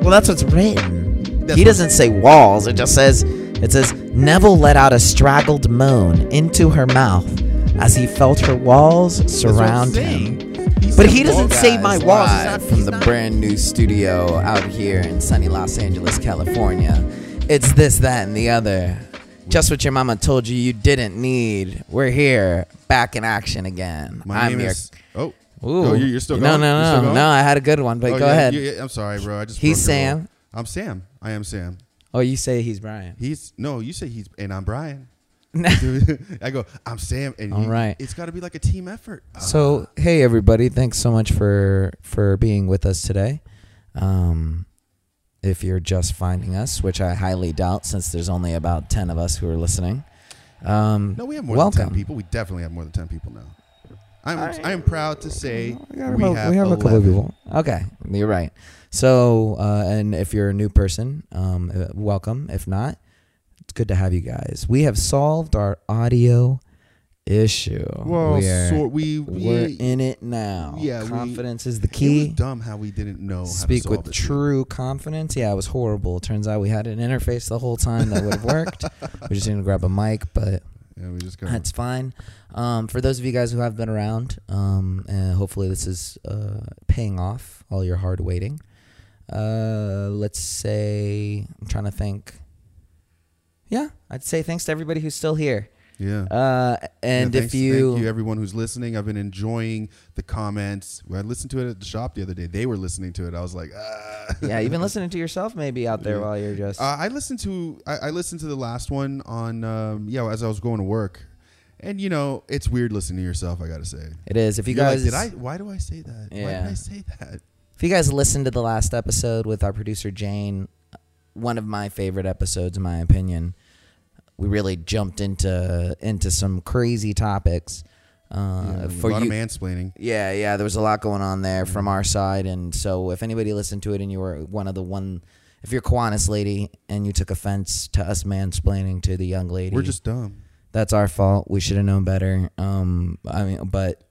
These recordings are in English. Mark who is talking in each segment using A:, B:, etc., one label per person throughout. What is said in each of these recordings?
A: Well, that's what's written. he doesn't say walls. It just says it says Neville let out a straggled moan into her mouth as he felt her walls surround him. But he doesn't say my walls. He's not-
B: Live from
A: he's
B: the
A: not-
B: brand new studio out here in sunny Los Angeles, California. It's this, that, and the other. Just what your mama told you you didn't need. We're here, back in action again.
C: My
B: I'm
C: name
B: your.
C: is. Oh.
B: Ooh.
C: Oh, you're, you're still
B: no,
C: going?
B: No,
C: You're still
B: no, no,
C: going?
B: no. I had a good one, but
C: Oh,
B: go
C: yeah,
B: ahead.
C: yeah, yeah, I'm sorry, bro. I just.
B: He's
C: broke your rule.
B: Sam.
C: I'm Sam. I am Sam.
B: Oh, you say he's Brian.
C: He's no. You say he's and I'm Brian.
B: No.
C: I go. I'm Sam. And
B: All
C: you-
B: right.
C: It's got to be like a team effort. Uh,
B: So hey everybody, thanks so much for for being with us today. Um, if you're just finding us, which I highly doubt, since there's only about ten of us who are listening. Um,
C: no, we have more
B: welcome.
C: than ten people. We definitely have more than ten people now. I'm. I, am proud to say
B: We,
C: we
B: got
C: have,
B: about- we have a couple of
C: 11.
B: people. Okay, you're right. So, uh, and if you're a new person, um, uh, welcome. If not, it's good to have you guys. We have solved our audio issue.
C: Well,
B: we are,
C: sort we
B: we're
C: we.
B: in it now.
C: yeah, we-
B: confidence is the
C: It was
B: key.
C: dumb how we didn't know.
B: Speak
C: how to solve
B: with
C: this shit.
B: true confidence. Yeah, it was horrible. Turns out we had an interface the whole time that would have worked. we just need to grab a mic, but
C: Yeah, we just got.
B: that's fine. Um, for those of you guys who have been around, um, and hopefully this is uh, paying off all your hard waiting. Uh, let's say I'm trying to think. Yeah, I'd say thanks to everybody who's still here.
C: Yeah.
B: Uh, and
C: Yeah,
B: if
C: thanks-
B: you,
C: thank you everyone who's listening. I've been enjoying the comments. When I listened to it at the shop the other day. They were listening to it. I was like, ah.
B: yeah, even listening to yourself maybe out there
C: Yeah.
B: while you're just
C: Uh, I listened to I, I listened to the last one on um, yeah as I was going to work, and you know it's weird listening to yourself. I gotta say,
B: It is. If you
C: You're like,
B: guys
C: did I? Why do I say that? Why
B: Yeah.
C: did I say that?
B: if you guys listened to the last episode with our producer Jane, one of my favorite episodes in my opinion, we really jumped into into some crazy topics. Uh, for
C: Yeah, a Mm-hmm. lot
B: you,
C: of mansplaining.
B: yeah, yeah, there was a lot going on there from our side, and so if anybody listened to it and you were one of the one, if you're a Kiwanis lady and you took offense to us mansplaining to the young lady,
C: We're just dumb.
B: that's our fault. We should have known better. Um, I mean, but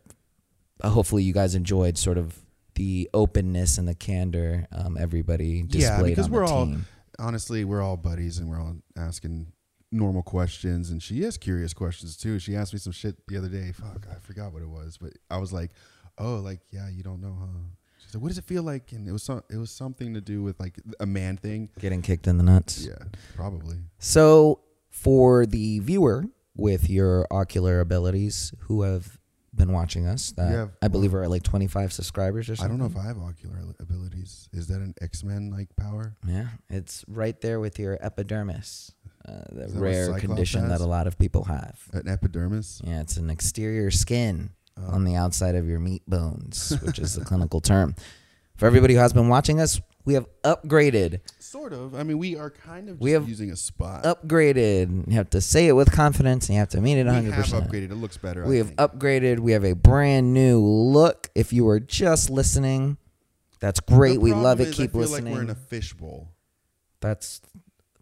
B: hopefully you guys enjoyed sort of the openness and the candor um, everybody displayed
C: Yeah, because
B: on
C: we're
B: the
C: all
B: team.
C: honestly we're all buddies and we're all asking normal questions and she has curious questions too she asked me some shit the other day fuck i forgot what it was but i was like oh like yeah you don't know huh she said what does it feel like and it was some, it was something to do with like a man thing
B: getting kicked in the nuts.
C: yeah probably
B: So for the viewer with your ocular abilities who have been watching us, that
C: Yeah.
B: I believe are at like 25 subscribers or
C: i
B: something.
C: don't know if i have ocular abilities is that an x-men like power
B: Yeah, it's right there with your epidermis, uh, the
C: Is that what
B: rare
C: Cyclops
B: condition
C: has?
B: that a lot of people have.
C: an epidermis Um,
B: Yeah, it's an exterior skin on the outside of your meat bones, which is the clinical term. For everybody who has been watching us, we have upgraded.
C: sort of i mean we are kind of
B: We
C: just
B: have
C: using a spot
B: Upgraded. You have to say it with confidence and you have to mean it
C: we have
B: 100%.
C: upgraded it looks better
B: We
C: I
B: have
C: think.
B: upgraded. We have a brand new look. If you were just listening, that's great.
C: The
B: We love
C: problem
B: it.
C: is
B: Keep
C: I feel
B: listening.
C: like we're in a fishbowl
B: that's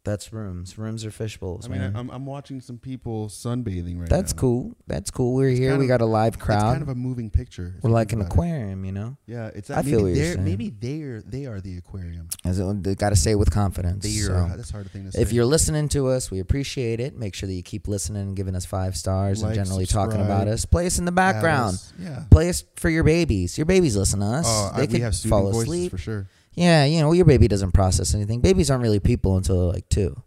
B: that's rooms. Rooms are fishbowls.
C: I mean,
B: man.
C: I, I'm, I'm watching some people sunbathing right now.
B: that's cool. That's cool. We're here.
C: kind
B: We
C: of-
B: got a live
C: It's
B: crowd.
C: kind of a moving picture. if
B: we're
C: you
B: like an
C: think about it.
B: aquarium, you know?
C: Yeah, it's.
B: I
C: That,
B: feel
C: maybe
B: what you're
C: they're
B: saying.
C: maybe they're they are the aquarium.
B: As they got to say it with confidence.
C: They
B: so.
C: are. That's a hard thing to say.
B: If you're listening to us, we appreciate it. Make sure that you keep listening and giving us five stars
C: Like,
B: and generally talking
C: subscribe,
B: about us. Play us in the background.
C: Alice, yeah.
B: Play us for your babies. Your babies listen to us.
C: Oh,
B: they
C: I,
B: could
C: we have soothing
B: fall
C: voices
B: asleep.
C: for sure.
B: Yeah, you know, your baby doesn't process anything. Babies aren't really people until they're like two.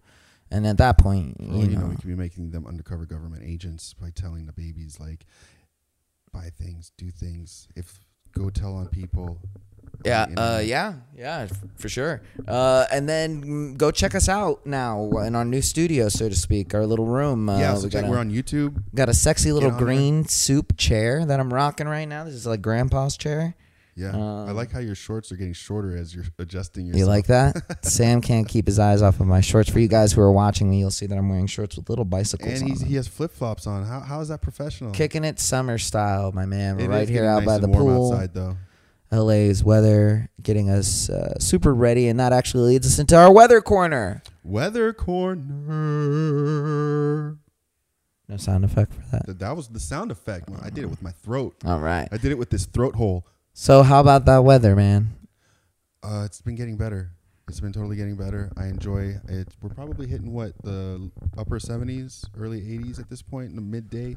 B: And at that point, you,
C: Well, you,
B: know,
C: know, we could be making them undercover government agents by telling the babies like, buy things, do things. If go tell on people. on the
B: Yeah, uh,
C: internet.
B: yeah, yeah, f- for sure. Uh, and then mm, go check us out now in our new studio, so to speak, our little room. Uh,
C: yeah. So
B: we
C: check,
B: got a-
C: we're on YouTube.
B: Got a sexy little
C: on there.
B: green soup chair that I'm rocking right now. This is like grandpa's chair.
C: Yeah, I like how your shorts are getting shorter as you're adjusting yourself.
B: Um, You like that? Sam can't keep his eyes off of my shorts. For you guys who are watching me, you'll see that I'm wearing shorts with little bicycles
C: And
B: on
C: he's,
B: them.
C: he has flip flops on. How, how is that professional?
B: Kicking it summer style, my man. We're
C: It
B: right
C: is
B: here
C: getting
B: out
C: nice
B: by
C: and
B: the
C: warm
B: pool.
C: Outside, though.
B: LA's weather getting us uh, super ready, and that actually leads us into our weather corner.
C: Weather corner.
B: No sound effect for that.
C: Th- That was the sound effect. I did it with my throat.
B: All right.
C: I did it with this throat hole.
B: So how about that weather, man?
C: Uh, it's been getting better. It's been totally getting better. I enjoy it. We're probably hitting what the upper 70s, early 80s at this point in the midday.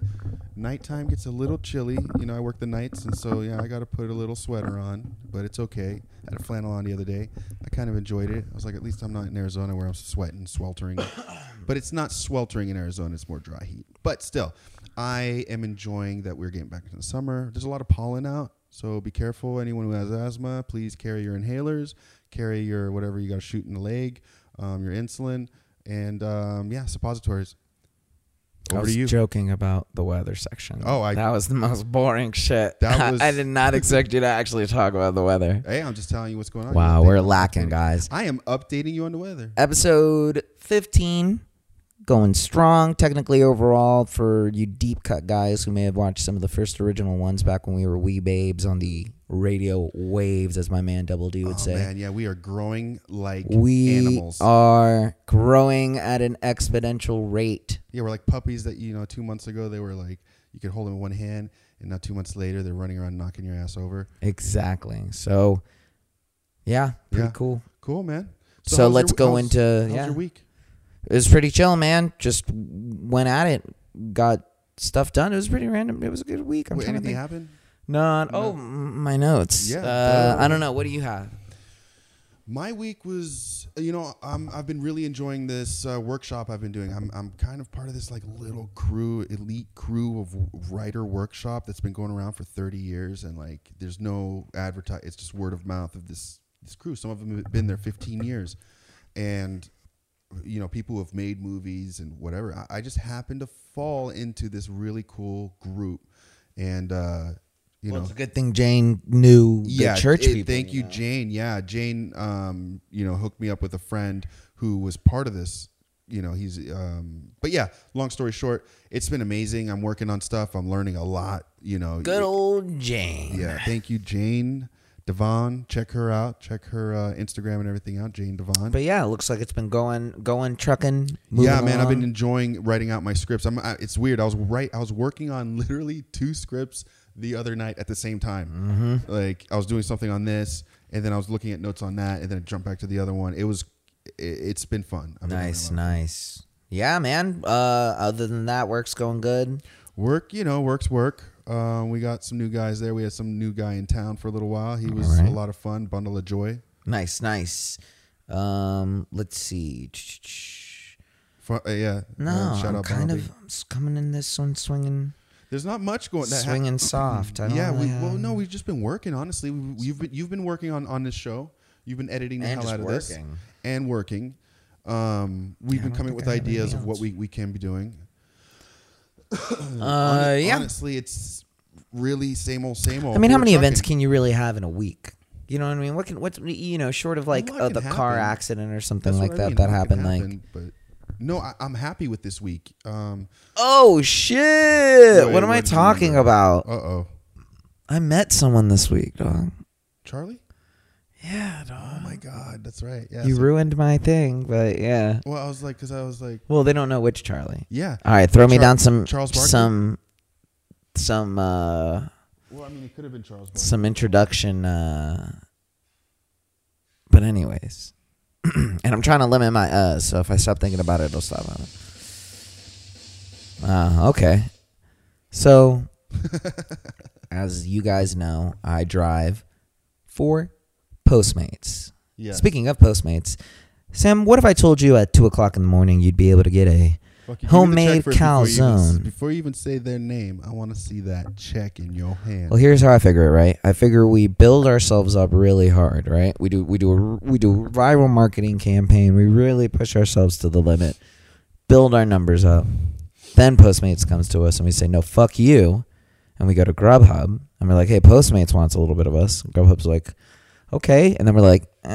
C: Nighttime gets a little chilly. You know, I work the nights, and so yeah, I got to put a little sweater on, but it's okay. I had a flannel on the other day. I kind of enjoyed it. I was like, at least I'm not in Arizona where I'm sweating, sweltering. but it's not sweltering in Arizona. It's more dry heat. But still, I am enjoying that we're getting back into the summer. There's a lot of pollen out. So be careful. Anyone who has asthma, please carry your inhalers, carry your whatever you got to shoot in the leg, um, your insulin, and um, yeah, suppositories.
B: I
C: Over
B: was
C: to you.
B: joking about the weather section.
C: Oh, I-
B: that was the most boring shit.
C: That was-
B: I did not expect you to actually talk about the weather.
C: hey, I'm just telling you what's going on.
B: Wow,
C: You
B: we're
C: think-
B: lacking, guys.
C: I am updating you on the weather.
B: Episode 15, going strong technically overall for you deep cut guys who may have watched some of the first original ones back when we were wee babes on the radio waves, as my man Double D would
C: Oh,
B: say.
C: man, yeah, we are growing like
B: We
C: animals.
B: are growing at an exponential rate.
C: yeah, we're like puppies that you know. Two months ago, they were like you could hold them in one hand, and now two months later, they're running around knocking your ass over.
B: Exactly. So, yeah, pretty
C: Yeah.
B: cool.
C: Cool, man.
B: So
C: how's
B: let's
C: your-
B: go
C: how's-
B: into-
C: how's
B: yeah.
C: your week.
B: It was pretty chill, man. Just went at it, got stuff done. It was pretty random. It was a good week. I'm
C: Wait,
B: trying to
C: anything
B: think.
C: happen?
B: Not.
C: No.
B: Oh, m- my notes.
C: Yeah,
B: Uh,
C: duh.
B: I don't know. What do you have?
C: My week was, you know, I'm, I've been really enjoying this uh, workshop I've been doing. I'm, I'm kind of part of this like little crew, elite crew of w- writer workshop that's been going around for 30 years, and like there's no advertise. It's just word of mouth of this this crew. Some of them have been there 15 years, and you know, people who have made movies and whatever. I, I just happened to fall into this really cool group, and uh, you
B: Well,
C: know,
B: it's a good thing Jane knew the church
C: it-
B: people.
C: Thank you, Jane. Yeah, Jane. Um, you know, hooked me up with a friend who was part of this. You know, he's. Um, but yeah, long story short, it's been amazing. I'm working on stuff. I'm learning a lot. You know,
B: Good old Jane.
C: yeah. Thank you, Jane Devon. Check her out. Check her uh, Instagram and everything out. Jane Devon.
B: But yeah, it looks like it's been going, going, trucking.
C: yeah,
B: moving
C: man, I've been
B: along.
C: enjoying writing out my scripts. I'm. I, it's weird. I was right. I was working on literally two scripts the other night at the same time.
B: Mm-hmm.
C: Like I was doing something on this, and then I was looking at notes on that, and then I jumped back to the other one. It was. It, it's been fun. I've been having
B: Nice,
C: a lot
B: nice. Yeah, man. Uh, other than that, work's going good.
C: of- Work, you know, works work. Uh, we got some new guys there. We had some new guy in town for a little while. He was a
B: Alright.
C: lot of fun. Bundle of joy.
B: Nice, nice. Um, let's see.
C: Fu- uh, yeah.
B: No,
C: Uh,
B: I'm kind
C: Bumblebee.
B: of I'm s- coming in this one swinging,
C: There's not much going. That hap-
B: swinging soft. I don't
C: yeah,
B: really
C: we, well,
B: have-
C: no, we've just been working. Honestly, we, we- you've been you've been working on on this show. You've been editing the
B: And
C: hell
B: just
C: out of this
B: working.
C: and working. Um, we've been
B: don't
C: coming
B: think
C: with
B: I have anything
C: ideas of what
B: else.
C: we, we can be doing.
B: Uh,
C: Hon-
B: yeah.
C: honestly, it's really same old, same old.
B: I mean, how
C: We're
B: many events
C: trucking.
B: can you really have in a week? You know what I mean? What can what's you know short of like
C: lot
B: uh,
C: can
B: the car
C: happen.
B: accident or something
C: That's
B: like
C: what I
B: that
C: mean,
B: that
C: what can
B: happened? Like,
C: happen, but no, I, I'm happy with this week. Um,
B: oh shit!
C: Wait,
B: what am I
C: what did you
B: talking
C: remember?
B: about?
C: uh oh,
B: I met someone this week, dog.
C: Charlie.
B: Yeah, dog.
C: Oh my God, that's right. Yeah.
B: You
C: so-
B: ruined my thing, but yeah.
C: well, I was like, because I was like,
B: Well, they don't know which Charlie.
C: yeah.
B: All right, throw me
C: Char-
B: down some
C: Charles Barkley?
B: some some uh
C: Well, I mean, it could have been Charles. Barkley.
B: some introduction uh but anyways. and I'm trying to limit my uh so if I stop thinking about it it'll stop on it. Uh okay. So as you guys know, I drive for Postmates.
C: Yeah.
B: Speaking of Postmates, Sam, what if I told you at two o'clock in the morning you'd be able to get a
C: Fuck, you give me the
B: Homemade
C: check first before you even-
B: calzone.
C: Before you even say their name, I want to see that check in your hand.
B: Well, here's how I figure it, right? I figure we build ourselves up really hard, right? We do we do a, we do a viral marketing campaign. We really push ourselves to the limit, build our numbers up. Then Postmates comes to us and we say, "No, fuck you," and we go to Grubhub and we're like, "Hey, Postmates wants a little bit of us." Grubhub's like, "Okay," and then we're like, uh,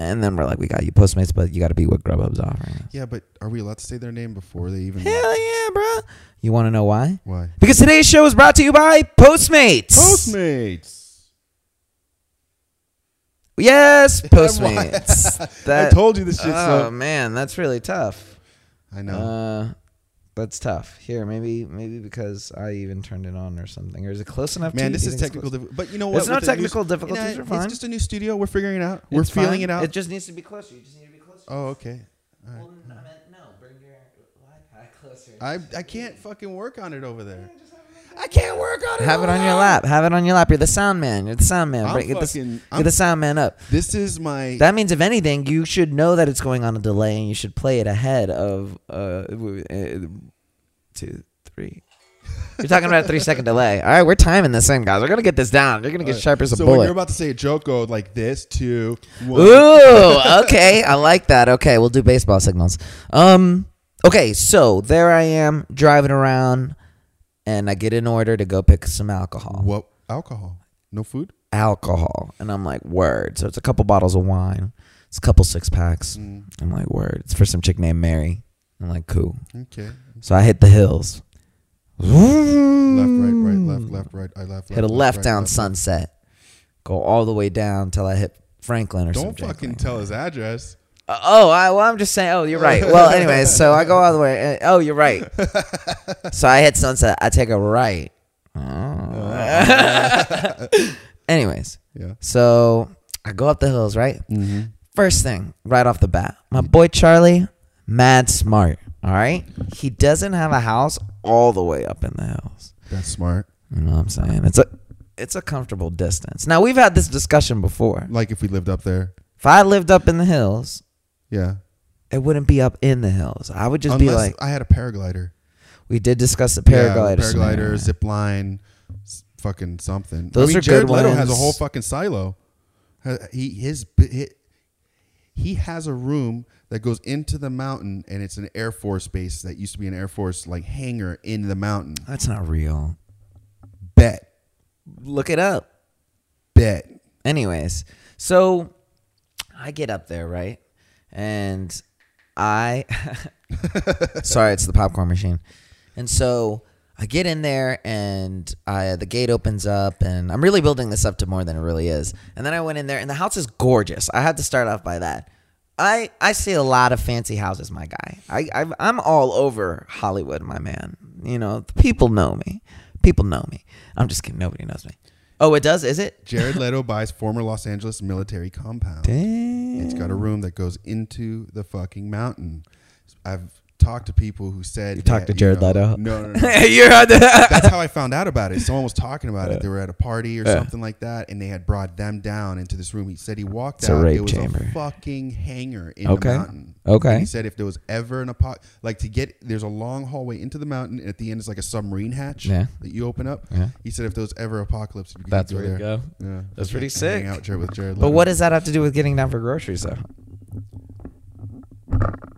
B: and then we're like, "We got you, Postmates, but you got to be what Grubhub's offering."
C: yeah, but are we allowed to say their name before they even?
B: Hell yeah, bro! You want to know why?
C: Why?
B: Because today's show is brought to you by Postmates.
C: Postmates.
B: Yes,
C: why?
B: Postmates.
C: I told you this shit's
B: Oh
C: up.
B: man, that's really tough.
C: I know.
B: Uh, That's tough. Here, maybe maybe because I even turned it on or something. Or is it close enough? to
C: Man,
B: you?
C: this
B: Do you
C: is
B: think
C: technical,
B: close?
C: diffi- but you know what?
B: It's not
C: With the new
B: technical
C: s-
B: difficulties,
C: You know,
B: you're
C: it's
B: fine.
C: just a new studio. We're figuring it out. We're
B: It's
C: feeling
B: fine.
C: it out.
B: It just needs to be closer. You just need to be closer.
C: oh, okay. All right.
B: Well, I meant no. Bring your iPad closer.
C: I I can't fucking work on it over there.
B: I can't work on it. Have it on your lap. Have it on your lap. You're the sound man. You're the sound man.
C: I'm
B: Bring- get, the-
C: fucking-
B: get
C: I'm-
B: the sound man up.
C: This is my.
B: That means, if anything, you should know that it's going on a delay, and you should play it ahead of uh, w- uh two, three. You're talking about a three second delay. All right, we're timing this in, guys. We're gonna get this down. You're gonna get sharp as a
C: so when you're
B: bullet.
C: about to say a joke, go like this, two, one.
B: Ooh, okay, I like that. Okay, we'll do baseball signals. Um, okay, so there I am driving around, and I get an order to go pick some alcohol.
C: What alcohol? No food.
B: alcohol. And I'm like, word. So it's a couple bottles of wine. It's a couple six packs. I'm like, word. It's for some chick named Mary. I'm like, cool.
C: Okay.
B: So I hit the hills.
C: Left, right, right, left, left, right. I left.
B: Hit a
C: left,
B: left
C: right,
B: down
C: left.
B: sunset. Go all the way down till I hit Franklin or
C: Don't
B: something.
C: fucking tell his address.
B: Oh, I, well, I'm just saying. Oh, you're right. Well, anyway, so I go all the way. uh, Oh, you're right. so I hit sunset. I take a right. Oh. Anyways,
C: Yeah.
B: so I go up the hills, right? First thing, right off the bat, my boy Charlie, mad smart. All right, he doesn't have a house all the way up in the hills.
C: That's smart.
B: You know what I'm saying? It's a it's a comfortable distance. Now we've had this discussion before.
C: Like if we lived up there.
B: If I lived up in the hills,
C: Yeah.
B: it wouldn't be up in the hills. I would just
C: Unless
B: be like,
C: I had a paraglider.
B: we did discuss the
C: Yeah,
B: paraglider. scenario.
C: paraglider, zip line, s- fucking something.
B: Those
C: I mean,
B: are
C: Jared
B: good
C: Leto has a
B: ones.
C: whole fucking silo. Uh, He his bi- he, he has a room that goes into the mountain, and it's an Air Force base that used to be an Air Force like hangar in the mountain.
B: That's not real.
C: Bet,
B: Look it up.
C: bet.
B: Anyways, so I get up there, right? And I Sorry, it's the popcorn machine. And so I get in there and I, the gate opens up and I'm really building this up to more than it really is. And then I went in there and the house is gorgeous. I had to start off by that. I, I see a lot of fancy houses, my guy. I, I've, I'm all over Hollywood, my man. You know, the people know me. People know me. I'm just kidding. Nobody knows me. Oh, it does? Is it?
C: Jared Leto buys former Los Angeles military compound. It's got a room that goes into the fucking mountain. I've talked to people who said you
B: talked to Jared
C: know,
B: Leto?
C: No, no, no.
B: You're on the.
C: That's how I found out about it. Someone was talking about it. They were at a party or something like that, and they had brought them down into this room. He said he walked
B: It's a
C: out.
B: rape
C: it was
B: chamber.
C: a fucking hangar in
B: Okay.
C: the mountain.
B: Okay.
C: And he said if there was ever an apo- like to get there's a long hallway into the mountain, and at the end is like a submarine hatch
B: Yeah.
C: that you open up.
B: Yeah.
C: He said if there was ever apocalypse, you could
B: That's
C: go
B: where you
C: there.
B: go.
C: Yeah.
B: That's
C: Just
B: pretty
C: hang
B: sick.
C: out Jared with Jared.
B: But what does that have to do with getting down for groceries, though?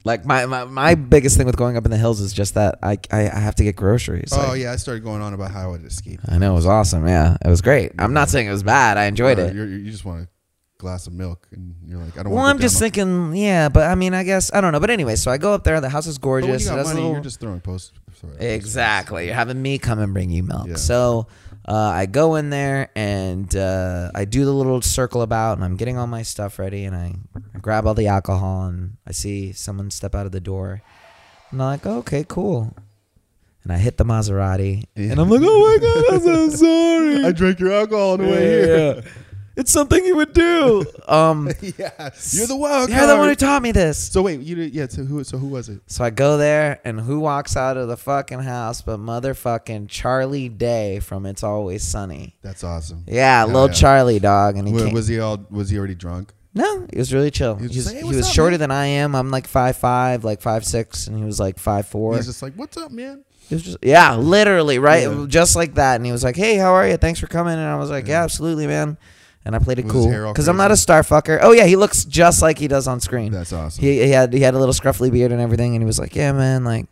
B: Like my, my, my biggest thing with going up in the hills is just that I I, I have to get groceries.
C: Oh
B: Like,
C: yeah, I started going on about how I would escape.
B: I know it was awesome. Yeah, it was great. I'm not saying it was bad. I enjoyed
C: Or
B: it.
C: you're- you just want a glass of milk, and you're like, I don't.
B: Well,
C: want
B: I'm just thinking, yeah, but I mean, I guess I don't know. But anyway, so I go up there. The house is
C: But when
B: gorgeous.
C: you
B: it
C: got
B: has a
C: money,
B: little-
C: you're just throwing posts. sorry,
B: Exactly. You're having me come and bring you milk.
C: Yeah.
B: So uh, I go in there and uh, I do the little circle about, and I'm getting all my stuff ready, and I, I grab all the alcohol, and I see someone step out of the door, and I'm like, okay, cool. And I hit the Maserati, and I'm like, oh my god, I'm so sorry.
C: I drank your alcohol on the way here.
B: Yeah. It's something you would do. Um,
C: yeah, you're the wild
B: you're the one who
C: card.
B: taught me this.
C: so wait, you did, yeah. So who? So who was it?
B: So I go there, and who walks out of the fucking house but motherfucking Charlie Day from It's Always Sunny?
C: That's awesome.
B: Yeah,
C: Hell
B: little
C: yeah.
B: Charlie dog, and he
C: Wa-
B: came.
C: Was he all? Was he already drunk?
B: no, he was really chill. He
C: He
B: was,
C: was just like, "Hey,
B: he
C: what's
B: was
C: up,
B: shorter
C: man?"
B: than I am. I'm like five five, like five six, and he was like five four.
C: He's just like, "What's up, man?"
B: It was just yeah, literally right,
C: Yeah.
B: just like that. And he was like, "Hey, how are you? Thanks for coming." And I was like, "Yeah, absolutely, man." And I played it
C: Was his
B: cool
C: hair all
B: because I'm
C: crazy?
B: not a star fucker. Oh yeah, he looks just like he does on screen.
C: That's awesome.
B: He, he had he had a little scruffly beard and everything, and he was like, "Yeah, man, like,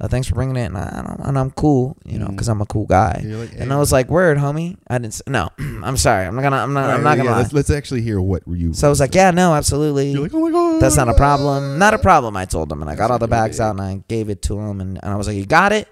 B: uh, thanks for bringing it." And I, I don't, and I'm cool, you
C: Mm.
B: know, because I'm a cool guy.
C: You're like,
B: and
C: "Hey,
B: I was like, "Word, homie." I didn't. s- No, I'm sorry. I'm not gonna. I'm not.
C: All
B: I'm
C: right,
B: not
C: yeah,
B: gonna. lie.
C: Let's, let's actually hear what were you.
B: So I was like, "Yeah, no, absolutely."
C: You're like, "Oh my god."
B: That's not a problem. Not a problem. I told him, and I got all the
C: That's okay.
B: bags out and I gave it to him, and, and I was like, "You got it?"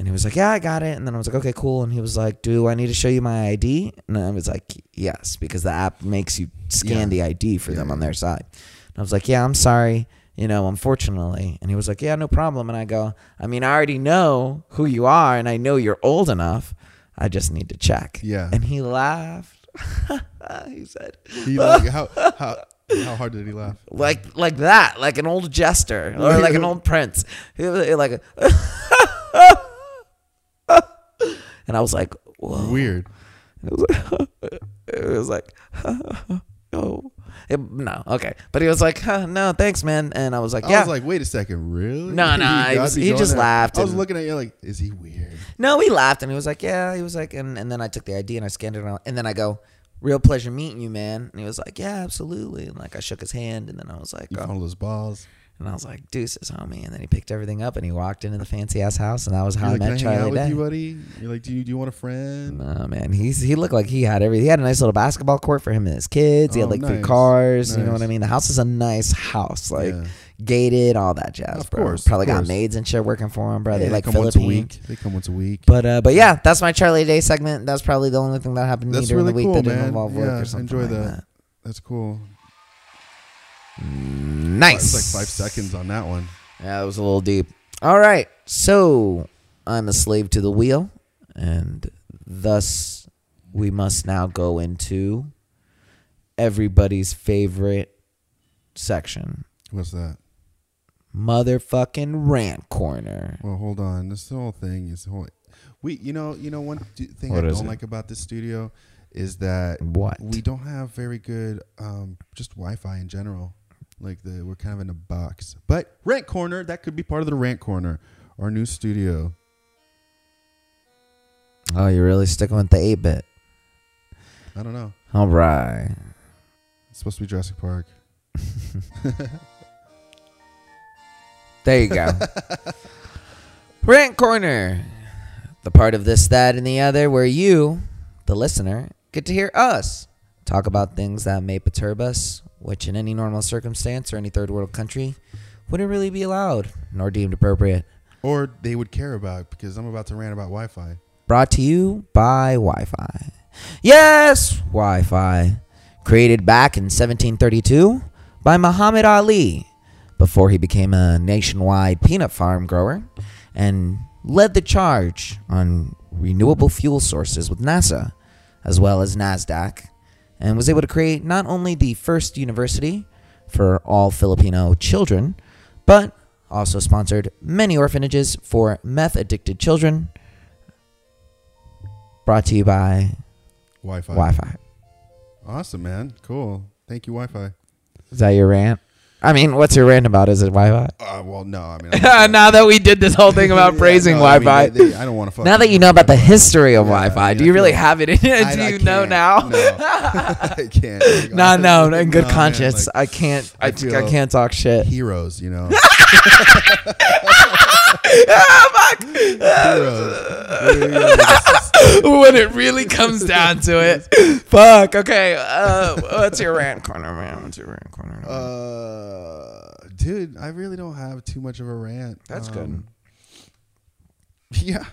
B: And he was like, "Yeah, I got it." And then I was like, "Okay, cool." And he was like, "Do I need to show you my ID?" And I was like, "Yes," because the app makes you scan the ID for them on their side. And I was like, "Yeah, I'm sorry. you know, unfortunately. And he was like, yeah, no problem. And I go, I mean, I already know who you are and I know you're old enough. I just need to check.
C: Yeah.
B: And he laughed. he said,
C: He like, how, how how hard did he laugh?
B: like like that, like an old jester or like an old prince. He was like, and I was like, whoa.
C: Weird.
B: It was like, it was like oh, It- no, okay. But he was like, huh, no, thanks, man. And I was like,
C: I
B: yeah,
C: was like, wait a second, really?
B: No, no,
C: You
B: he
C: got
B: was-
C: me
B: he
C: going
B: just
C: there.
B: laughed
C: I was
B: and-
C: looking at you like, is he weird?
B: no. He laughed and he was like, yeah. He was like, and, and then I took the ID and I scanned it and I- and then I go, real pleasure meeting you, man. And he was like, yeah, absolutely. And like I shook his hand and then I was like,
C: You
B: oh.
C: found those balls.
B: And I was like, deuces, homie. And then he picked everything up and he walked into the fancy ass house. And that was how
C: You're
B: I
C: like, can I
B: met
C: hang
B: Charlie
C: out with
B: Day.
C: you, buddy? You're like, do you do you want a friend?
B: No, man. He's, he looked like he had everything. He had a nice little basketball court for him and his kids. He had
C: Oh,
B: like three
C: nice.
B: cars. You know what I
C: Nice.
B: mean? The house is a nice house, like
C: Yeah.
B: gated, all that jazz.
C: Of
B: bro.
C: course, of
B: Probably got
C: course.
B: maids and shit working for him, bro.
C: Yeah,
B: they like
C: come once a
B: Philippine.
C: week. They come once a week.
B: But uh, but yeah, that's my Charlie Day segment. That's probably the only thing that happened to me
C: That's
B: during the
C: really
B: week
C: cool,
B: that didn't
C: man.
B: involve
C: Yeah,
B: work or something.
C: enjoy
B: like
C: that. That's cool.
B: that.
C: It's
B: Nice.
C: like five seconds on that one.
B: Yeah, that was a little deep. All right. So I'm a slave to the wheel, and thus we must now go into everybody's favorite section
C: What's that?
B: motherfucking rant corner.
C: Well, hold on. This whole thing is whole. We, you know, you know, one d- thing
B: What
C: I
B: is
C: don't
B: it?
C: like about this studio is that
B: What?
C: we don't have very good, um, just Wi-Fi in general. Like the we're kind of in a box. But rant corner that could be part of the rant corner. Our new studio.
B: Oh, you're really sticking with the 8 bit.
C: I don't know.
B: All right.
C: It's supposed to be Jurassic Park.
B: There you go. Rant Corner, the part of this, that, and the other where you, the listener, get to hear us talk about things that may perturb us, which in any normal circumstance or any third world country wouldn't really be allowed nor deemed appropriate.
C: Or they would care about because I'm about to rant about Wi-Fi.
B: Brought to you by Wi Fi. Yes, Wi Fi. Created back in 1732 by Muhammad Ali before he became a nationwide peanut farm grower and led the charge on renewable fuel sources with NASA as well as NASDAQ and was able to create not only the first university for all Filipino children, but also sponsored many orphanages for meth addicted children. Brought to you by
C: Wi-Fi.
B: Wi Fi.
C: Awesome, man. Cool. Thank you, Wi-Fi.
B: Is that your rant? I mean, what's your rant about? Is it Wi Fi?
C: Uh, well, no, I mean,
B: now that we did this whole thing about
C: Yeah,
B: praising
C: no, I
B: Wi Fi,
C: mean, they- they- I don't want to fuck.
B: now that you know about the history of Wi Fi,
C: yeah,
B: do you
C: I
B: really
C: feel-
B: have it in it?
C: I-
B: do
C: I
B: you know
C: can't.
B: now?
C: No. I can't. Like,
B: No, no,
C: honestly,
B: in good
C: nah, man,
B: conscience,
C: like,
B: I can't. I,
C: I
B: just- I
C: feel-
B: can't talk shit.
C: heroes, you know.
B: Ah, fuck.
C: heroes. Really, like,
B: when it really comes down to it. Fuck. Okay. Uh, what's your rant corner, man? What's your rant corner?
C: uh, dude, I really don't have too much of a rant.
B: That's
C: good. Yeah,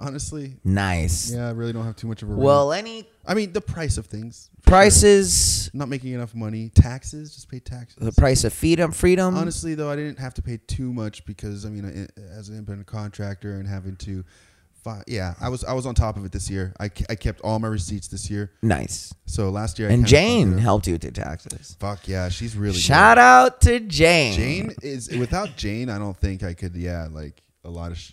C: honestly,
B: nice.
C: yeah, I really don't have too much of a. rant.
B: Well, any
C: I mean, the price of things,
B: prices,
C: not making enough money, taxes, just pay taxes.
B: the price of freedom, freedom.
C: honestly though i didn't have to pay too much because i mean I- as an independent contractor and having to fi- yeah i was i was on top of it this year i, ke- I kept all my receipts this year
B: nice.
C: so last year I
B: And
C: kinda fucked
B: Jane
C: it up.
B: helped you with your taxes.
C: fuck yeah she's really
B: Shout out to Jane.
C: good. jane is without jane i don't think i could yeah like a lot of sh-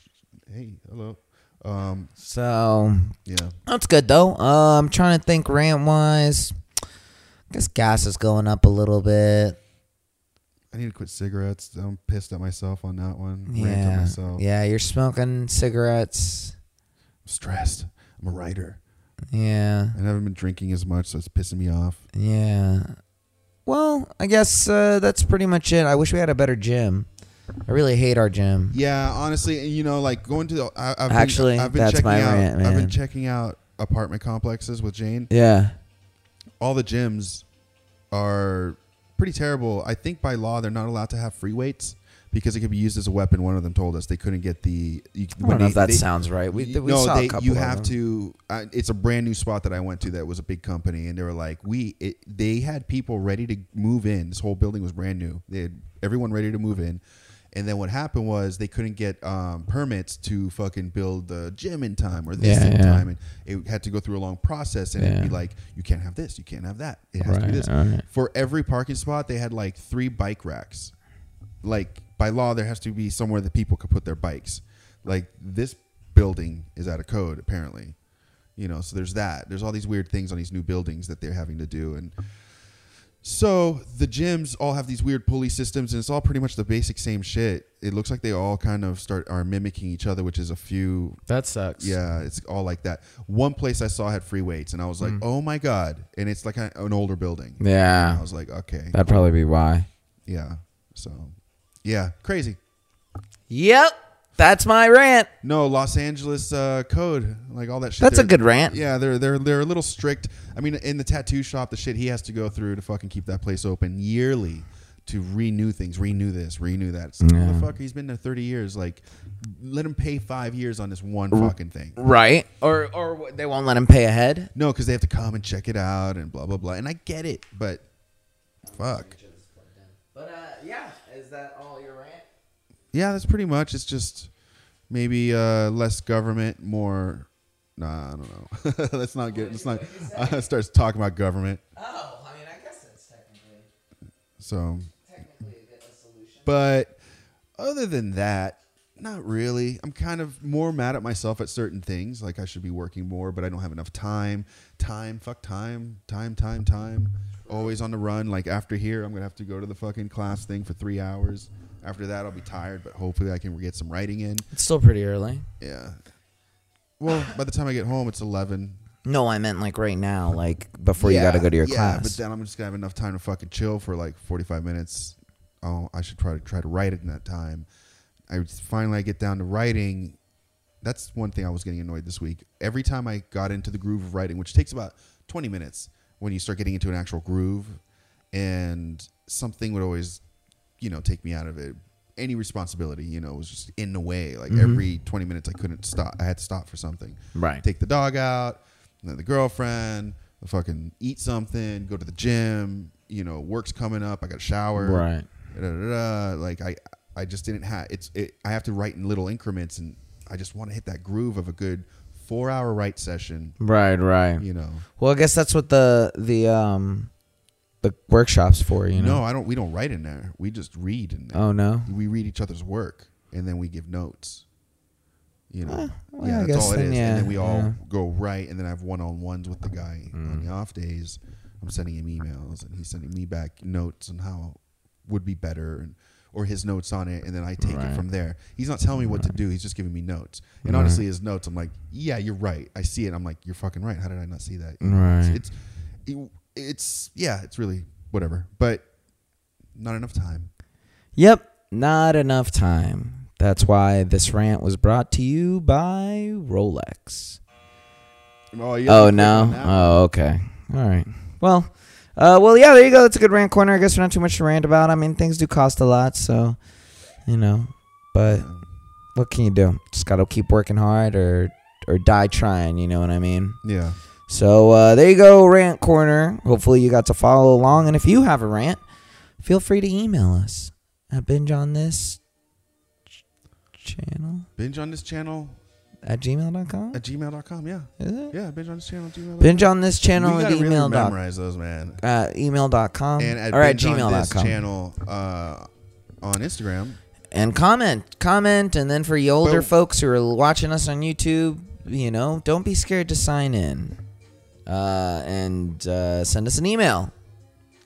C: hey hello um
B: So
C: yeah
B: that's good though. Uh, I'm trying to think rant wise. I guess gas is going up a little bit.
C: i need to quit cigarettes i'm pissed at myself on that one Rant on
B: Yeah.
C: myself
B: Yeah, you're smoking cigarettes.
C: i'm stressed i'm a writer
B: Yeah.
C: i haven't been drinking as much so it's pissing me off
B: Yeah. Well, I guess uh, that's pretty much it. I wish we had a better gym. I really hate our gym.
C: Yeah, honestly, and you know, like going to the I, I've
B: Actually,
C: been, I've been
B: that's
C: checking
B: my
C: out,
B: rant,
C: I've
B: man.
C: been checking out apartment complexes with Jane.
B: Yeah.
C: All the gyms are pretty terrible. I think by law they're not allowed to have free weights. because it could be used as a weapon. One of them told us they couldn't get the. You,
B: I don't know if that sounds right. We, we
C: no,
B: saw
C: they,
B: a couple
C: you
B: of
C: have
B: them.
C: to. I, it's a brand new spot that I went to that was a big company, and they were like, we. It, they had people ready to move in. This whole building was brand new. They had everyone ready to move in, and then what happened was they couldn't get um, permits to fucking build the gym in time or this
B: Yeah,
C: in
B: yeah.
C: time, and it had to go through a long process, and it'd be
B: Yeah.
C: like, you can't have this, you can't have that. It has to be
B: Right,
C: this.
B: right.
C: For every parking spot, they had like three bike racks like by law there has to be somewhere that people could put their bikes like this building is out of code apparently you know so there's that there's all these weird things on these new buildings that they're having to do and so the gyms all have these weird pulley systems and it's all pretty much the basic same shit it looks like they all kind of start are mimicking each other which is a few
D: That sucks.
C: yeah, it's all like that. One place I saw had free weights, and I was like, "Oh my god!" And it's like a- an older building.
B: Yeah.
C: I was like, "Okay,
B: That'd probably be why.
C: yeah." So, yeah, crazy.
B: Yep. That's my rant.
C: No, Los Angeles uh, code, like all that shit.
B: That's a
C: They're-
B: good rant.
C: Yeah, they're they're they're a little strict. I mean, in the tattoo shop, the shit he has to go through to fucking keep that place open yearly to renew things, renew this, renew that. It's like,
B: Yeah.
C: Motherfucker, he's been there thirty years. Like, let him pay five years on this one fucking thing.
B: Right. Or or they won't let him pay ahead.
C: No, because they have to come and check it out and blah blah blah. And I get it, but fuck.
B: But uh, yeah, is that all your rant?
C: Yeah, that's pretty much. It's just maybe uh, less government, more. Nah, I don't know. let's not get. Let's not uh, start talking about government.
B: Oh, I mean, I guess that's technically
C: So,
B: technically a, a solution.
C: but other than that, not really. I'm kind of more mad at myself at certain things. Like I should be working more, but I don't have enough time. Time, fuck time, time, time, time. Always on the run. Like after here, I'm gonna have to go to the fucking class thing for three hours. After that, I'll be tired, but hopefully, I can get some writing in.
B: It's still pretty early.
C: Yeah. Well, by the time I get home, it's eleven.
B: No, I meant like right now, like before you
C: Yeah,
B: got to go to your
C: yeah,
B: class.
C: but then I'm just gonna have enough time to fucking chill for like 45 minutes. Oh, I should try to try to write it in that time. I was- finally I get down to writing. That's one thing I was getting annoyed this week. Every time I got into the groove of writing, which takes about 20 minutes when you start getting into an actual groove, and something would always, you know, take me out of it. Any responsibility, you know, was just in the way. Like
B: Mm-hmm.
C: every 20 minutes, I couldn't stop. I had to stop for something
B: right.
C: take the dog out, and then the girlfriend, fucking eat something, go to the gym. You know, work's coming up. I got to shower.
B: Right.
C: Da, da, da, da. Like I, I just didn't have. It's. It, I have to write in little increments, and I just want to hit that groove of a good four-hour write session.
B: Right. Right.
C: You know.
B: Well, I guess that's what the the um the workshops for. You know.
C: No, I don't. We don't write in there. We just read in there.
B: Oh no.
C: we read each other's work, and then we give notes. You know.
B: well,
C: yeah,
B: I
C: that's
B: guess
C: all it is.
B: then, yeah,
C: and then we all
B: yeah. Mm.
C: go right, and then I have one-on-ones with the guy on the off days. I'm sending him emails, and he's sending me back notes on how would be better, and or his notes on it, and then I take it
B: Right. Mm-hmm.
C: from there. He's not telling me what to do. He's just giving me notes. And honestly, his notes, I'm like, yeah, you're right. I see it. I'm like, you're fucking right. How did I not see that?
B: Right.
C: It's, it's, it's yeah, it's really whatever, but not enough time.
B: Yep. Not enough time. That's why this rant was brought to you by Rolex.
C: Oh, yeah,
B: Oh no. Oh okay. All right. Well, uh, well yeah. There you go. That's a good rant corner. I guess we're not too much to rant about. I mean, things do cost a lot, so you know. But what can you do? Just gotta keep working hard, or or die trying. You know what I mean?
C: Yeah.
B: So uh, there you go, rant corner. Hopefully you got to follow along, and if you have a rant, feel free to email us at binge on this ch- channel
C: Binge on this channel
B: at gmail.com.
C: at gmail.com. Yeah.
B: Is it?
C: Yeah. Binge on this channel at gmail.com.
B: Binge on this channel
C: you
B: at
C: gotta really
B: email dot
C: memorize those, man.
B: uh, email.com
C: And at
B: or at
C: binge on this
B: gmail.com.
C: channel uh, on Instagram.
B: And comment, comment. And then for you older
C: Well-
B: folks who are watching us on YouTube, you know, don't be scared to sign in uh, and uh, send us an email.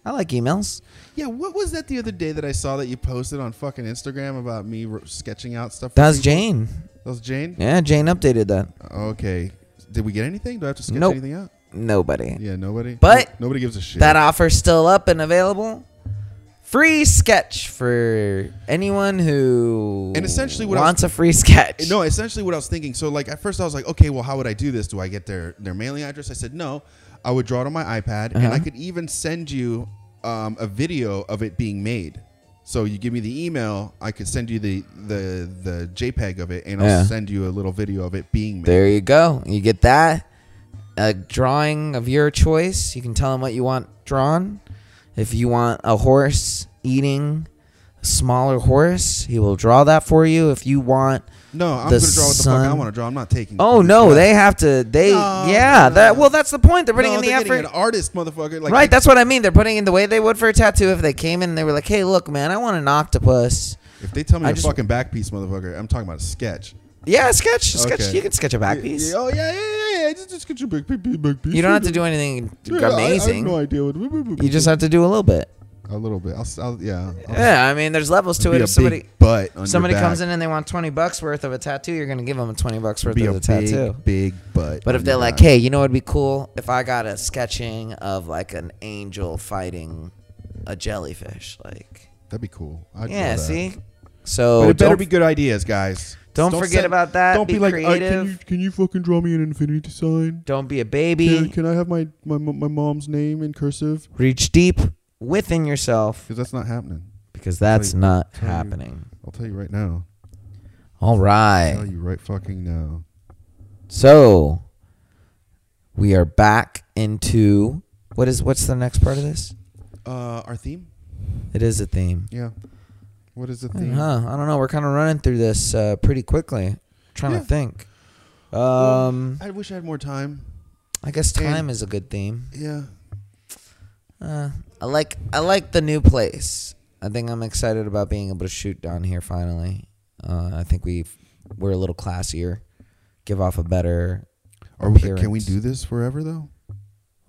B: I like emails.
C: Yeah. What was that the other day that I saw that you posted on fucking Instagram about me r- sketching out stuff? for
B: That was
C: people?
B: Jane.
C: That was Jane?
B: Yeah, Jane updated that.
C: Okay. Did we get anything? Do I have to sketch
B: Nope.
C: anything out?
B: Nobody.
C: Yeah. Nobody.
B: But-
C: nobody gives a shit.
B: That offer's still up and available. Free sketch for anyone who
C: And essentially what I was-
B: wants a free sketch.
C: No, essentially what I was thinking. So like at first I was like, okay, well how would I do this? Do I get their their mailing address? I said no. I would draw it on my iPad, and
B: Uh-huh.
C: I could even send you um, a video of it being made. So you give me the email, I could send you the the the JPEG of it, and I'll
B: Yeah.
C: send you a little video of it being made.
B: There you go. You get that. A drawing of your choice. You can tell them what you want drawn. If you want a horse eating a smaller horse, he will draw that for you. If you want
C: No, I'm
B: The
C: gonna draw what the fuck I
B: sun-
C: want to draw. I'm not taking.
B: Oh no, they have to they
C: No,
B: yeah,
C: no,
B: that
C: no.
B: well that's the point. They're
C: No,
B: putting in the
C: they're
B: effort.
C: getting an artist, motherfucker. Like,
B: right, that's what I mean. They're putting in the way they would for a tattoo if they came in and they were like, "Hey, look, man, I want an octopus."
C: If they tell me
B: I
C: a
B: just-
C: fucking back piece, motherfucker, I'm talking about a sketch.
B: Yeah, sketch, sketch.
C: Okay.
B: You can sketch a back piece.
C: Yeah, oh yeah, yeah, yeah. yeah. Just, just get your back, back, back piece.
B: You don't have to do anything
C: Yeah, I- I, have
B: amazing.
C: no idea what. You
B: You just have to do a little bit.
C: a little bit. I'll, s will yeah. I'll
B: Yeah, I mean, there's levels to
C: be
B: it.
C: a
B: If somebody
C: big butt on your
B: somebody comes
C: back.
B: in and they want 20 bucks worth of a tattoo, you're going to give them a 20 bucks worth
C: be
B: of
C: a
B: the tattoo.
C: big, big butt.
B: But
C: on
B: if they're
C: your
B: like,
C: back.
B: "Hey, you know what'd be cool if I got a sketching of like an angel fighting a jellyfish," like
C: that'd be cool. I'd
B: yeah,
C: draw that.
B: see. So
C: But it better
B: don't-
C: be good ideas, guys.
B: Don't forget about that.
C: Don't
B: Be
C: be like, "Uh,
B: creative."
C: can you can you fucking draw me an infinity sign?
B: Don't be a
C: Can,
B: baby.
C: can I have my, my my mom's name in cursive?
B: Reach deep within yourself
C: Because that's not happening.
B: because that's
C: Tell you-
B: not
C: tell you.
B: happening.
C: I'll tell you right now.
B: All
C: I'll tell
B: right.
C: you right fucking now.
B: So we are back into what is what's the next part of this?
C: Uh, our theme?
B: It is a theme.
C: Yeah. What is the
B: I don't
C: theme?
B: know. I don't know. We're kind of running through this uh, pretty quickly. trying
C: Yeah.
B: to think. Um,
C: I wish I had more time.
B: I guess
C: and-
B: time is a good theme.
C: Yeah.
B: Uh, I like I like the new place. I think I'm excited about being able to shoot down here finally. Uh, I think we we're a little classier, give off a better.
C: Are we, can we
B: appearance.
C: do this forever though?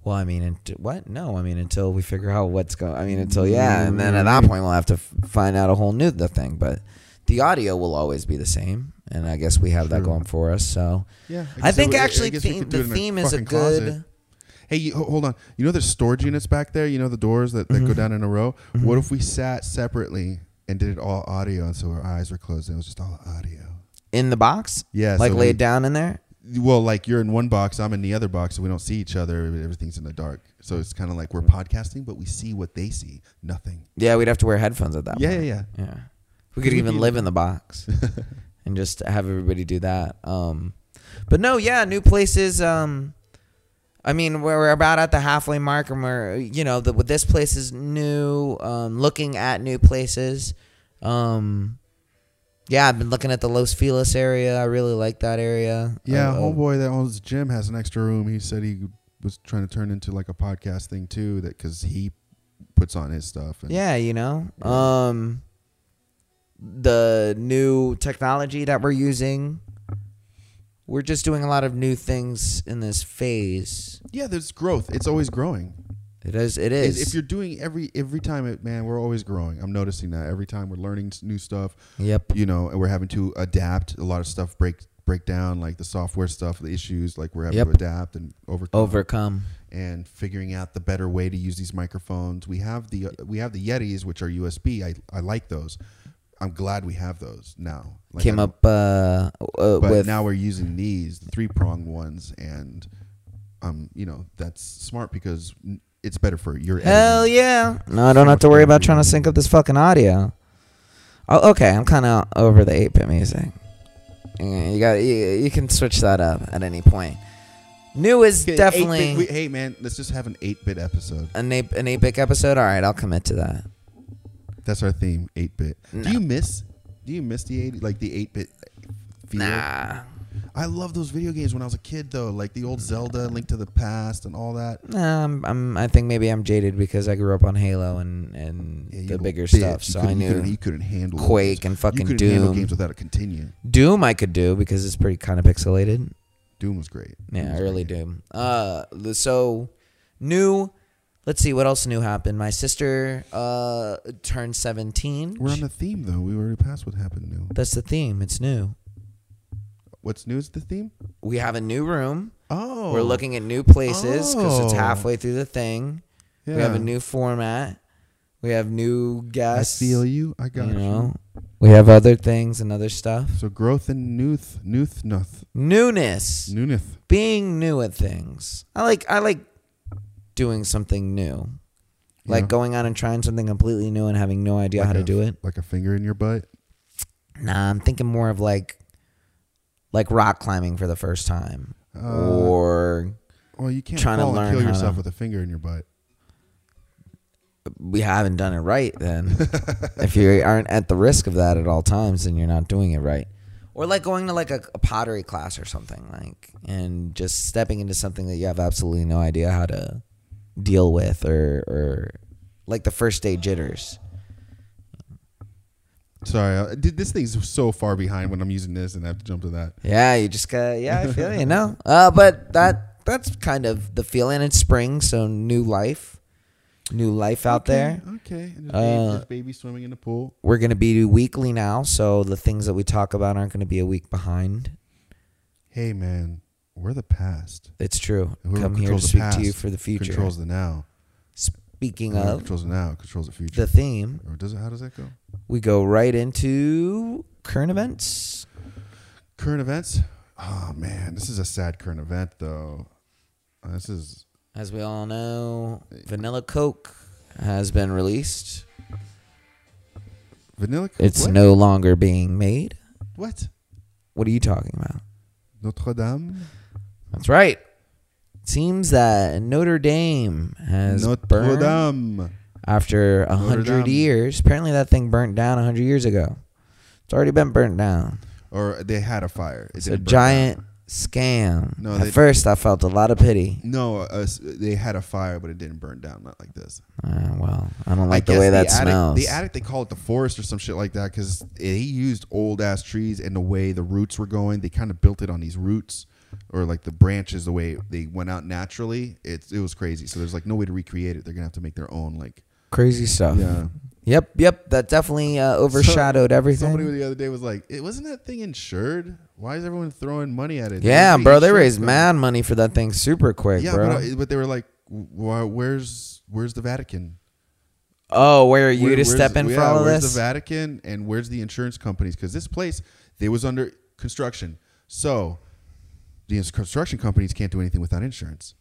B: Well, I mean, unt- what? No, I mean until we figure out what's going. I mean until yeah, and then at that point we'll have to f- find out a whole new the thing. But the audio will always be the same, and I guess we have that
C: True.
B: going for us. So
C: Yeah.
B: I, think
C: guess
B: actually
C: guess we
B: theme,
C: could do
B: the
C: it in a
B: theme is a
C: fucking
B: good.
C: closet. Hey, you, ho- hold on. You know there's storage units back there. You know the doors that, that
B: Mm-hmm.
C: go down in a row. What if we sat separately and did it all audio, and so our eyes were closed and it was just all audio?
B: in the box?
C: Yeah,
B: Like
C: so
B: laid
C: we-
B: down in there?
C: Well, like you're in one box, I'm in the other box, so we don't see each other. Everything's in the dark, so it's kind of like we're
B: Mm-hmm.
C: podcasting, but we see what they see, nothing.
B: Yeah, we'd have to wear headphones at that
C: Yeah, yeah,
B: point.
C: yeah.
B: yeah. We
C: Could
B: could
C: we
B: even
C: be-
B: live in the box and just have everybody do that. Um but no, yeah, new places um I mean, we're we're about at the halfway mark, and we're you know the, with this place is new. Um, looking at new places, um, yeah, I've been looking at the Los Feliz area. I really like that area.
C: Yeah,
B: Uh, uh,
C: homeboy that owns the gym has an extra room. He said he was trying to turn into like a podcast thing too, that because he puts on his stuff. And
B: Yeah, you know. Um the new technology that we're using. We're just doing a lot of new things in this phase.
C: yeah, there's growth. It's always growing.
B: It is it
C: If-
B: is.
C: If you're doing every every time, it, man, we're always growing. I'm noticing that every time we're learning s- new stuff.
B: yep.
C: You know, and we're having to adapt. A lot of stuff break break down, like the software stuff, the issues. Like we're having to
B: Yep.
C: adapt and overcome.
B: Overcome.
C: and figuring out the better way to use these microphones. We have the uh, we have the Yetis, which are USB. I, I like those. I'm glad we have those now. Like,
B: Came
C: I-
B: up uh, uh
C: but
B: with
C: now we're using these the three prong ones, and um, you know that's smart because n- it's better for your
B: Hell
C: editing.
B: yeah. No, I don't have to worry about trying to sync up this fucking audio. Oh, okay, I'm kind of over the 8-bit music. Yeah, You got you, you can switch that up at any point. New is
C: Okay,
B: definitely
C: 8-bit we- hey man, let's just have an eight bit episode.
B: an eight an eight bit episode. All right, I'll commit to that.
C: That's our theme, eight bit.
B: No.
C: Do you miss? Do you miss the eight like the eight bit? Feel?
B: Nah,
C: I love those video games when I was a kid though, like the old Zelda, Link to the Past, and all that.
B: nah. I'm, I'm I think maybe I'm jaded because I grew up on Halo and and
C: Yeah, you
B: the
C: little
B: bigger
C: bitch.
B: stuff.
C: You
B: So I
C: couldn't- you couldn't,
B: knew
C: you couldn't handle those
B: Quake
C: games.
B: and
C: you
B: fucking
C: couldn't handle
B: Doom.
C: games without a continue.
B: Doom I could do because it's pretty kind of pixelated.
C: Doom was great. Doom
B: Yeah,
C: was
B: early
C: great.
B: Doom. Uh, the- so new. Let's see what else new happened. My sister uh turned 17.
C: We're on the theme though. We already passed what happened new.
B: That's the theme. It's new.
C: What's new is the theme.
B: We have a new room.
C: Oh,
B: We're looking at new places because it's
C: Oh.
B: halfway through the thing. We have a new format. We have new
C: I
B: guests.
C: feel you. I got
B: You
C: you.
B: know, we have other things and other stuff.
C: So growth and newth, newth, nuth,
B: Newness,
C: newneth.
B: being new at things. I like I like doing something new. Like
C: Yeah.
B: going out and trying something completely new and having no idea how
C: Like
B: to
C: a-
B: do it.
C: Like a finger in your butt.
B: Nah, I'm thinking more of like like rock climbing for the first time.
C: Uh,
B: or
C: Well, you can't
B: Trying to
C: fall and
B: learn
C: kill
B: how
C: yourself
B: to-
C: with a finger in your butt.
B: we haven't done it right then. if you aren't at the risk of that at all times, then you're not doing it right. Or like going to like a, a pottery class or something like, and just stepping into something that you have absolutely no idea how to deal with, or or like the first day jitters.
C: Sorry, I, did, this thing's so far behind when I'm using this, and I have to jump to that.
B: Yeah, you just got. Yeah, I feel you. No, uh, but that that's kind of the feeling. It's spring, so new life, new life out there.
C: Okay, and there's,
B: Uh,
C: baby, there's baby swimming in the pool.
B: We're gonna be weekly now, so the things that we talk about aren't gonna be a week behind.
C: Hey, man, we're the past.
B: It's true.
C: Whoever
B: Come here to
C: controls the
B: speak
C: past
B: to you for the future.
C: Controls the now.
B: Speaking
C: Whoever
B: of
C: controls the now controls the future.
B: the theme,
C: or does it? How does that go?
B: we go right into current events.
C: Current events. Oh man, this is a sad current event though. Uh, This is
B: As we all know, Vanilla Coke has been released.
C: vanilla. Coke-
B: It's
C: what?
B: no longer being made.
C: what
B: What are you talking about?
C: Notre Dame.
B: That's right. seems that Notre Dame has
C: Notre
B: burned
C: Dame.
B: after a
C: Notre
B: hundred
C: Dame.
B: years. Apparently, that thing burnt down a hundred years ago. It's already been burnt down.
C: Or they had a fire. It
B: It's a
C: didn't burn
B: giant scam.
C: No,
B: At
C: they-
B: first, I felt a lot of pity.
C: down. No, uh, s- they had a fire, but it didn't burn down. Not like this.
B: Uh, well, I don't
C: I
B: like the
C: guess
B: way that
C: attic,
B: smells.
C: The attic, they call it the forest or some shit like that because he used old ass trees and the way the roots were going, they kind of built it on these roots or like the branches, the way they went out naturally. It's it was crazy. So there's like no way to recreate it. They're gonna have to make their own like
B: Crazy stuff.
C: yeah.
B: Yep, yep. That definitely uh, overshadowed everything.
C: Somebody the other day was like, "It wasn't that thing insured? Why is everyone throwing money at it?"
B: yeah,
C: Everybody
B: bro. They
C: insured
B: raised
C: stuff."
B: mad money for that thing super quick,
C: Yeah,
B: bro.
C: but, uh, but they were like, "Why? Where's where's the Vatican?
B: oh, where are you
C: Where-
B: to
C: where's-
B: step in for
C: yeah,
B: all of
C: where's
B: this?
C: the Vatican and where's the insurance companies? Because this place, they was under construction, so the ins- construction companies can't do anything without insurance.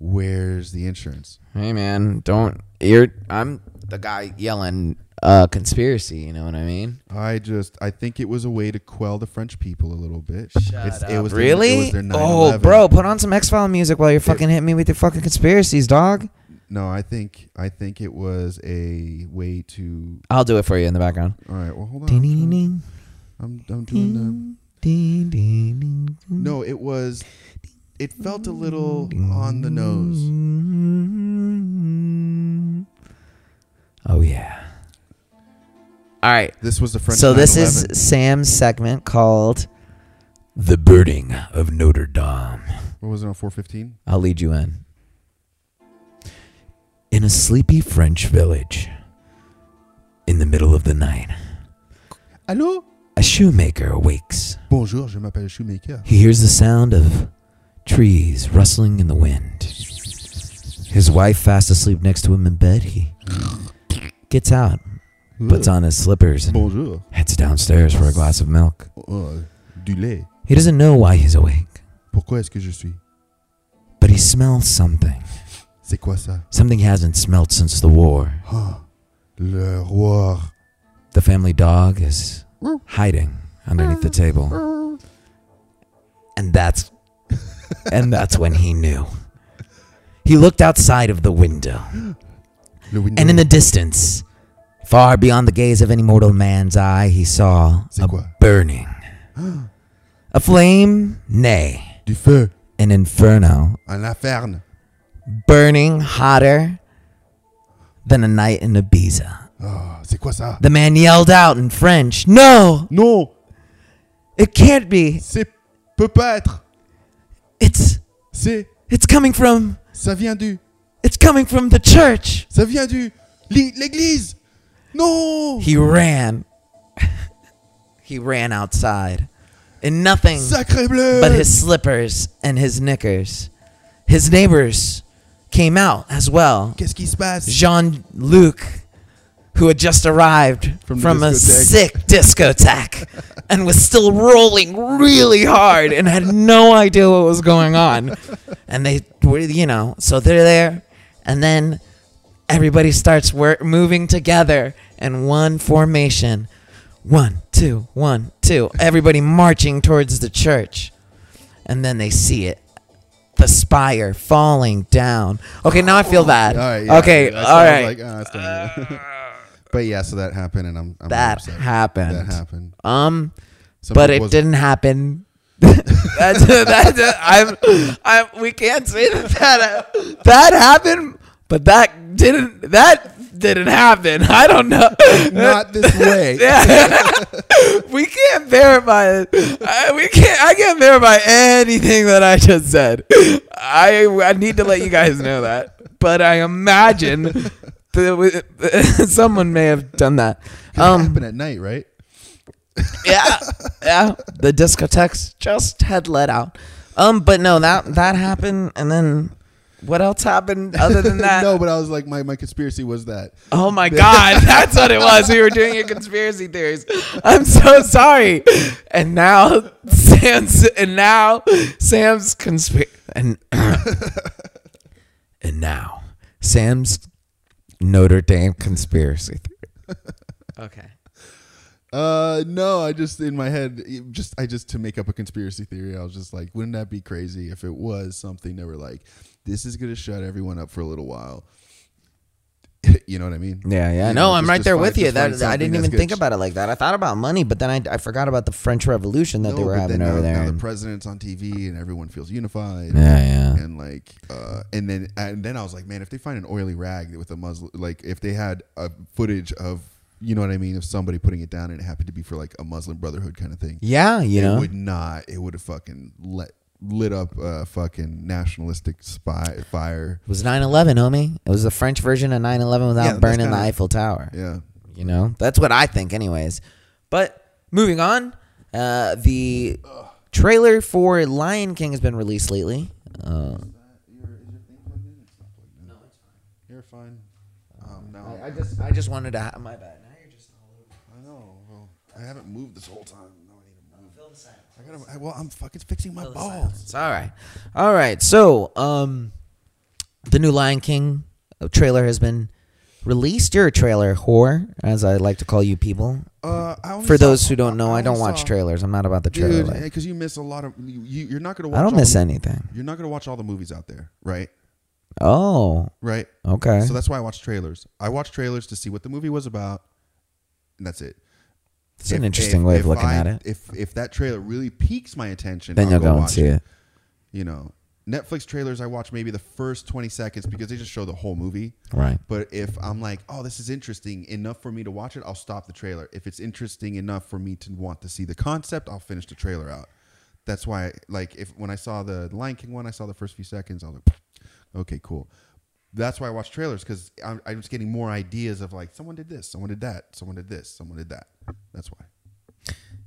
C: Where's the insurance?
B: hey, man, don't. You're. I'm the guy yelling uh, conspiracy. You know what I mean?
C: I just, I think it was a way to quell the French people a little bit. It's- It was
B: Uh,
C: their-
B: really?
C: it was their
B: oh,
C: 9/11.
B: bro, put on some X File music while you're fucking hitting me with your fucking conspiracies, dog.
C: No, I think, I think it was a way to.
B: I'll do it for you in the background.
C: All right, well, hold on.
B: Ding,
C: I'm,
B: ding,
C: trying-
B: ding,
C: I'm, I'm doing the.
B: ding, ding, ding, ding, ding.
C: No, it was. It felt a little on the nose.
B: Oh yeah. All right.
C: This was the French.
B: so this is
C: 9/11.
B: Sam's segment called "The Birding of Notre Dame."
C: What was it on 415?
B: I'll lead you in. In a sleepy French village, in the middle of the night,
C: Allô?
B: a shoemaker awakes.
C: Bonjour, je m'appelle Shoemaker.
B: He hears the sound of trees rustling in the wind. His wife, fast asleep next to him in bed, he gets out, puts on his slippers, and
C: Bonjour.
B: heads downstairs for a glass of milk.
C: Oh, du lait.
B: He doesn't know why he's awake,
C: Pourquoi est-ce que je suis?
B: but he smells something.
C: C'est quoi ça?
B: Something he hasn't smelt since the war.
C: Ah, le roi.
B: The family dog is hiding underneath the table. And that's and that's when he knew. He looked outside of the window.
C: Le window.
B: And in the distance, far beyond the gaze of any mortal man's eye, he saw
C: C'est
B: a
C: quoi?
B: burning. a flame, nay,
C: Du feu.
B: an inferno,
C: Un inferne.
B: burning hotter than a night in Ibiza.
C: Ah, c'est quoi ça?
B: The man yelled out in French, No,
C: Non,
B: it can't be.
C: c'est peut pas être.
B: It's
C: C'est,
B: it's coming from
C: ça vient du,
B: it's coming from the church.
C: ça vient du, l'é- l'église. Non,
B: He ran. he ran outside. And nothing
C: sacré bleu.
B: but his slippers and his knickers. His neighbors came out as well.
C: Qu'est-ce qui se passe?
B: Jean Luc, who had just arrived
C: From
B: from,
C: the
B: a
C: discotheque.
B: sick discotheque and was still rolling really hard and had no idea what was going on. And they were, you know, so they're there. And then everybody starts work, moving together in one formation. One, two, one, two. Everybody marching towards the church. And then they see it. The spire falling down. Okay, now I feel bad.
C: Oh, All right. yeah,
B: okay,
C: I- I
B: all
C: was
B: right.
C: Like, oh, that's not good." but yeah, so that happened, and I'm, I'm
B: that
C: upset.
B: happened.
C: That happened.
B: Um,
C: Something
B: but it
C: wasn't-
B: didn't happen. that's, that's, I'm, I'm, we can't say that that, that happened, but that didn't. That didn't happen. I don't know.
C: Not this way.
B: we can't verify it. I, we can't. I can't verify anything that I just said. I I need to let you guys know that. But I imagine that we- someone may have done that.
C: it
B: Um,
C: happened at night, right?
B: yeah, yeah. The discotheques just had let out. Um, but no, that that happened, and then what else happened other than that?
C: no, but I was like, my, my conspiracy was that.
B: Oh my God, that's what it was. We were doing your conspiracy theories. I'm so sorry. And now Sam's and now Sam's conspiracy and and now Sam's Notre Dame conspiracy theory. Okay.
C: Uh, no, I just in my head, it just I just to make up a conspiracy theory. I was just like, wouldn't that be crazy if it was something that were like, this is gonna shut everyone up for a little while. you know what I mean?
B: Yeah, yeah.
C: You
B: No,
C: know,
B: I'm
C: just-
B: right
C: just
B: there
C: find-
B: with you.
C: just find
B: That I
C: something
B: didn't
C: that's
B: even
C: good.
B: think about it like that. I thought about money, but then I, I forgot about the French Revolution that
C: No,
B: they were
C: but then
B: having
C: now,
B: over there.
C: now the
B: and-
C: president's on TV and everyone feels unified.
B: yeah, yeah.
C: and like uh and then and then i was like man if they find an oily rag with a muzzle like if they had a footage of you know what i mean of somebody putting it down and it happened to be for like a muslim brotherhood kind of thing
B: Yeah, you
C: it
B: know.
C: would not it would have fucking let lit up a fucking nationalistic spy fire
B: It was 9/11, homie. It was the French version of 9/11 without
C: Yeah, that's
B: burning the
C: kinda-
B: Eiffel Tower.
C: yeah
B: You know, that's what I think, anyways. But moving on, uh, the trailer for Lion King has been released lately. Uh,
C: you're fine um no
B: I just, I just wanted to. Ha- my bad. Now you're just all over.
C: i know well i haven't moved this whole time no i need to move i gotta I, well i'm fucking fixing my balls
B: It's all right. All right. So, um, the new Lion King uh, trailer has been released. You're a trailer whore, as I like to call you people.
C: uh I only
B: For
C: saw-
B: those who don't know, I don't
C: only
B: watch
C: saw-
B: trailers. I'm not about the trailer.
C: dude
B: life.
C: because you miss a lot of you, you- you're not gonna watch
B: I don't
C: all
B: miss
C: the-
B: anything.
C: you're not gonna watch all the movies out there right
B: Oh,
C: right
B: okay.
C: so that's why i watch trailers i watch trailers to see what the movie was about and that's it
B: It's an interesting way of looking
C: I-
B: at it.
C: if if that trailer really piques my attention
B: then
C: I'll
B: you'll go and
C: watch
B: see it.
C: you know netflix trailers i watch maybe the first 20 seconds because they just show the whole movie
B: Right.
C: but if i'm like oh this is interesting enough for me to watch it i'll stop the trailer if it's interesting enough for me to want to see the concept i'll finish the trailer out that's why like if when i saw the lion king one i saw the first few seconds i was like okay cool that's why i watch trailers because I'm, I'm just getting more ideas of like someone did this someone did that someone did this someone did that that's why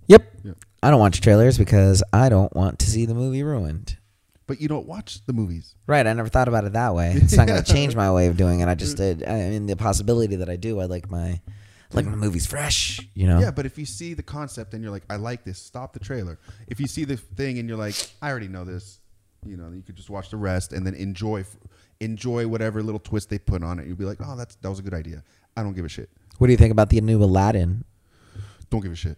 B: Yep.
C: Yeah.
B: I don't watch trailers because I don't want to see the movie ruined.
C: but you don't watch the movies
B: Right. I never thought about it that way. It's not going to change my way of doing it. I just did. I mean, the possibility that I do, I like my like my movies fresh. You know.
C: Yeah, but if you see the concept and you're like, I like this, stop the trailer. If you see the thing and you're like, I already know this, you know, you could just watch the rest and then enjoy, enjoy whatever little twist they put on it. You'll be like, oh, that's that was a good idea. I don't give a shit.
B: What do you think about the new Aladdin?
C: Don't give a shit.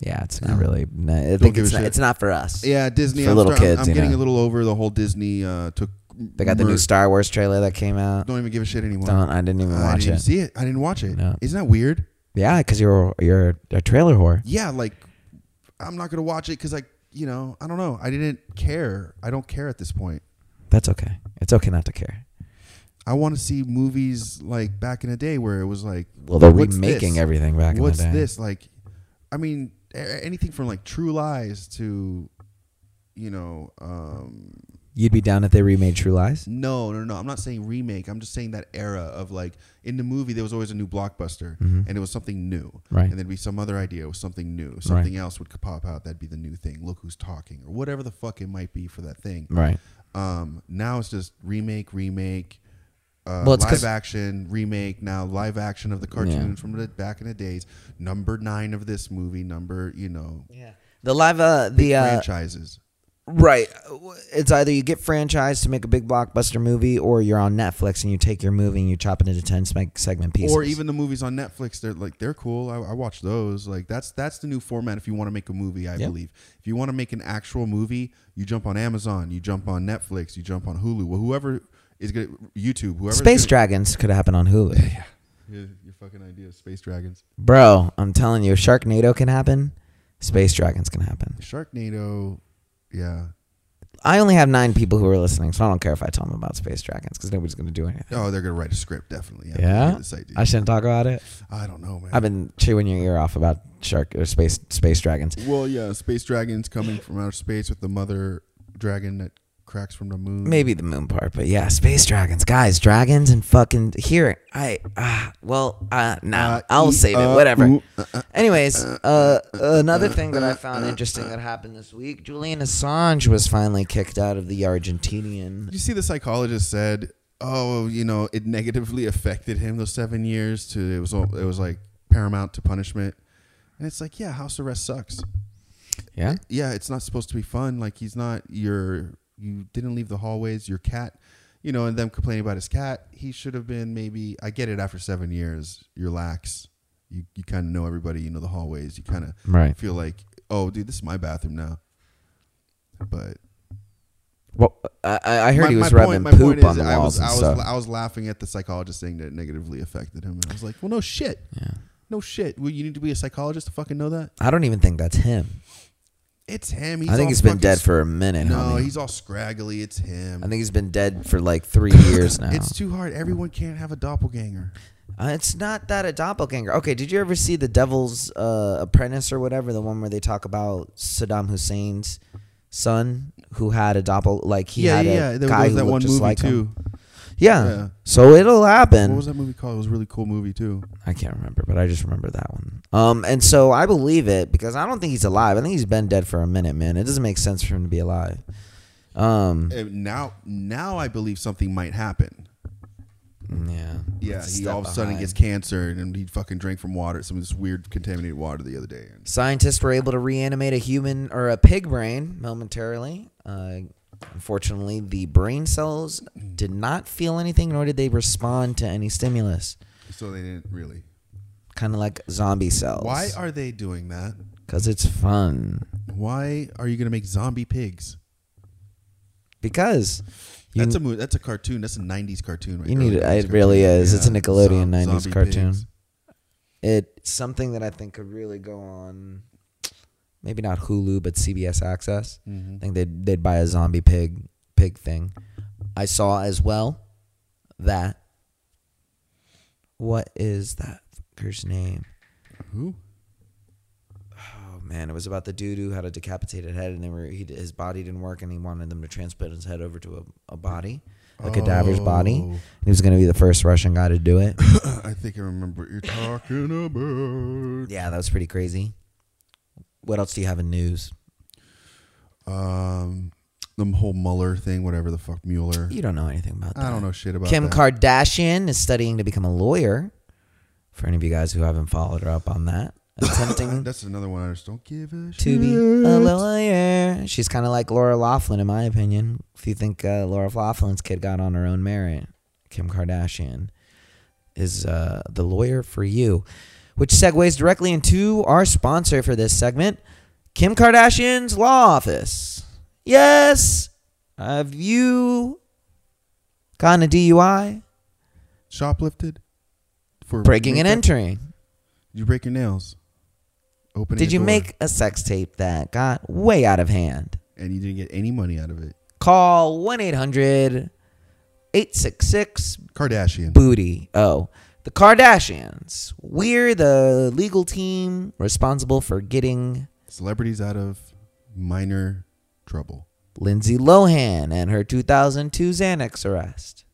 B: Yeah, it's not really. no, I
C: Don't
B: think
C: give
B: it's
C: a
B: not,
C: shit.
B: it's not for us.
C: Yeah, Disney.
B: For
C: I'm,
B: little
C: start- I'm-
B: kids,
C: I'm,
B: you
C: getting
B: know.
C: a little over the whole Disney uh, took.
B: They got the new
C: merged-
B: Star Wars trailer that came out.
C: Don't even give a shit anymore.
B: Don't. I didn't even
C: I didn't
B: watch
C: even
B: it.
C: see it. I didn't watch it.
B: No.
C: not that weird?
B: Yeah, because you're you're a trailer whore.
C: yeah, like I'm not gonna watch it because like you know I don't know. I didn't care. I don't care at this point.
B: That's okay. It's okay not to care.
C: I want to see movies like back in the day where it was like,
B: Well, they're
C: what's
B: remaking
C: this?
B: everything back
C: What's
B: in the day.
C: this like? I mean, a- anything from like True Lies to, you know, um,
B: You'd be down if they remade True Lies.
C: no, no, no. I'm not saying remake. I'm just saying that era of like in the movie there was always a new blockbuster
B: Mhm.
C: and it was something new,
B: Right.
C: And there'd be some other idea with something new, something else would pop out. That'd be the new thing. Look who's talking, or whatever the fuck it might be for that thing.
B: Right.
C: Um, now it's just remake, remake, uh,
B: Well, it's 'cause-
C: live action, remake. Now live action of the cartoon
B: Yeah.
C: from the back in the days. Number nine of this movie. Number you know
B: Yeah. The live uh the uh
C: franchises.
B: Right. It's either you get franchised to make a big blockbuster movie, or you're on Netflix and you take your movie and you chop it into ten seg- segment pieces.
C: Or even the movies on Netflix, they're like they're cool. I, I watch those. Like that's that's the new format. If you want to make a movie, I
B: Yeah.
C: believe. If you want to make an actual movie, you jump on Amazon, you jump on Netflix, you jump on Hulu. Well, whoever is gonna YouTube, whoever
B: Space Dragons could happen on Hulu,
C: your, your fucking idea, of Space Dragons,
B: bro. I'm telling you, Sharknado can happen. Space Dragons can happen.
C: Sharknado, yeah.
B: I only have nine people who are listening, so I don't care if I tell them about Space Dragons because nobody's gonna do anything.
C: Oh, they're gonna write a script definitely. I
B: Yeah?
C: get this idea.
B: I shouldn't talk about it.
C: I don't know, man.
B: I've been chewing your ear off about shark or space space dragons.
C: well, yeah, space dragons coming from outer space with the mother dragon that cracks from the moon.
B: Maybe the moon part, but yeah, space dragons, guys, dragons and fucking here. I ah well, uh, no,
C: Uh,
B: I'll
C: e-
B: save it,
C: uh,
B: whatever.
C: ooh, uh, uh,
B: Anyways, uh, another thing that I found interesting that happened this week: Julian Assange was finally kicked out of the Argentinian.
C: you see, the psychologist said, "Oh, you know, it negatively affected him those seven years. To it was all- it was like paramount to punishment." And it's like, yeah, house arrest sucks.
B: Yeah,
C: yeah, it's not supposed to be fun. Like he's not your you didn't leave the hallways, your cat, you know, and them complaining about his cat. He should have been maybe I get it after seven years, you're lax. You you kinda know everybody, you know the hallways. You kinda
B: right.
C: feel like, oh dude, this is my bathroom now. But
B: Well, I, I heard
C: my,
B: he was
C: my
B: rubbing
C: point, my
B: poop
C: point is
B: on the
C: I
B: walls
C: was
B: and
C: I was
B: stuff.
C: I was laughing at the psychologist saying that it negatively affected him. And I was like, Well no shit.
B: yeah.
C: No shit. Well, you need to be a psychologist to fucking know that.
B: I don't even think that's him.
C: It's him. He's
B: I
C: all
B: think he's been
C: fucking
B: dead
C: sc-
B: for a minute.
C: No,
B: homie.
C: he's all scraggly. It's him.
B: I think he's been dead for like three years now.
C: It's too hard. Everyone can't have a doppelganger.
B: Uh, it's not that a doppelganger. Okay, did you ever see The Devil's uh, Apprentice or whatever? The one where they talk about Saddam Hussein's son who had a doppel, like he had a
C: There
B: guy
C: was
B: who
C: that
B: looked
C: one
B: just
C: movie
B: like him.
C: too.
B: Yeah.
C: Yeah.
B: So it'll happen.
C: What was that movie called? It was a really cool movie too.
B: I can't remember, but I just remember that one. Um, and so I believe it because I don't think he's alive. I think he's been dead for a minute, man. It doesn't make sense for him to be alive. Um,
C: And now, now I believe something might happen.
B: yeah.
C: Yeah,
B: It's
C: he
B: step
C: all of a sudden
B: behind.
C: gets cancer, and he fucking drank from water, some of this weird contaminated water the other day. And
B: Scientists were able to reanimate a human or a pig brain momentarily. Uh, unfortunately, the brain cells did not feel anything, nor did they respond to any stimulus.
C: so they didn't really.
B: Kind of like zombie cells.
C: Why are they doing that?
B: Because it's fun.
C: Why are you gonna make zombie pigs?
B: Because you,
C: That's a movie. That's a cartoon. That's a '90s cartoon. Right
B: You
C: Early
B: need it.
C: 90s
B: It really
C: cartoon.
B: is. It's a Nickelodeon 90s
C: zombie
B: cartoon.
C: pigs.
B: it's something that I think could really go on. Maybe not Hulu, but CBS Access. I
C: Mhm.
B: think they'd they'd buy a zombie pig pig thing. I saw as well that what is that fucker's name?
C: Who?
B: Oh man, it was about the dude who had a decapitated head, and they were he, his body didn't work, and he wanted them to transplant his head over to a, a body, a cadaver's body.
C: Oh.
B: He was going to be the first Russian guy to do it.
C: I think I remember what you're talking about.
B: yeah, that was pretty crazy. What else do you have in news?
C: Um, the whole Mueller thing, whatever the fuck Mueller.
B: You don't know anything about that.
C: I don't know shit about
B: Kim
C: that.
B: Kardashian is studying to become a lawyer. For any of you guys who haven't followed her up on that, attempting
C: That's another one. I just don't give a shit.
B: to be a lawyer. She's kind of like Laura Laughlin, in my opinion. If you think uh, Laura Laughlin's kid got on her own merit, Kim Kardashian is uh, the lawyer for you, which segues directly into our sponsor for this segment, Kim Kardashian's law office. Yes, have you gotten a DUI?
C: Shoplifted for
B: breaking and
C: makeup?
B: entering.
C: Did you break your nails? Opening.
B: Did
C: a
B: you
C: door,
B: make a sex tape that got way out of hand?
C: And you didn't get any money out of it.
B: Call 1 800 866
C: Kardashian.
B: Booty. Oh, the Kardashians. We're the legal team responsible for getting
C: Celebrities out of minor trouble.
B: Lindsay Lohan and her 2002 Xanax arrest,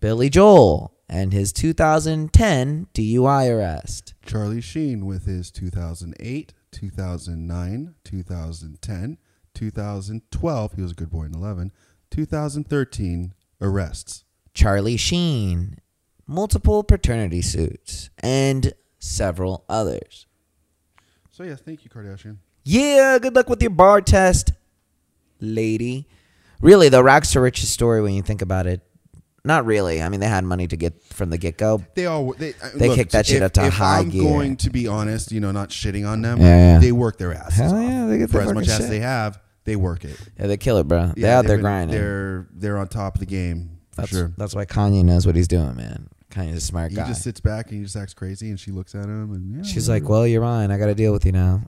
B: Billy Joel and his 2010 DUI arrest.
C: Charlie Sheen with his 2008, 2009, 2010, 2012. He was a good boy in 11. 2013 arrests.
B: Charlie Sheen, multiple paternity suits, and several others.
C: So yeah, thank you, Kardashian.
B: Yeah, good luck with your bar test.
A: lady.
B: Really, though, rags to riches story. When you think about it, not really. I mean, they had money to get from the get go.
C: They all they, I-
B: They
C: look,
B: kicked that shit
C: if-
B: up to
C: if
B: high
C: I'm
B: gear.
C: going to be honest, you know, not shitting on them.
B: Yeah, yeah.
C: They work their asses
B: Hell
C: off.
B: yeah, they get
C: for
B: their
C: as much
B: fucking shit.
C: as they have, they work it.
B: Yeah, they kill it, bro.
C: Yeah,
B: they out there
C: they've been-
B: grinding.
C: They're they're on top of the game for
B: that's,
C: sure.
B: that's why Kanye knows what he's doing, man. Kanye's a smart
C: He
B: guy.
C: just sits back and he just acts crazy, and she looks at him, and yeah,
B: She's like, "Well, you're mine. I got to deal with you now."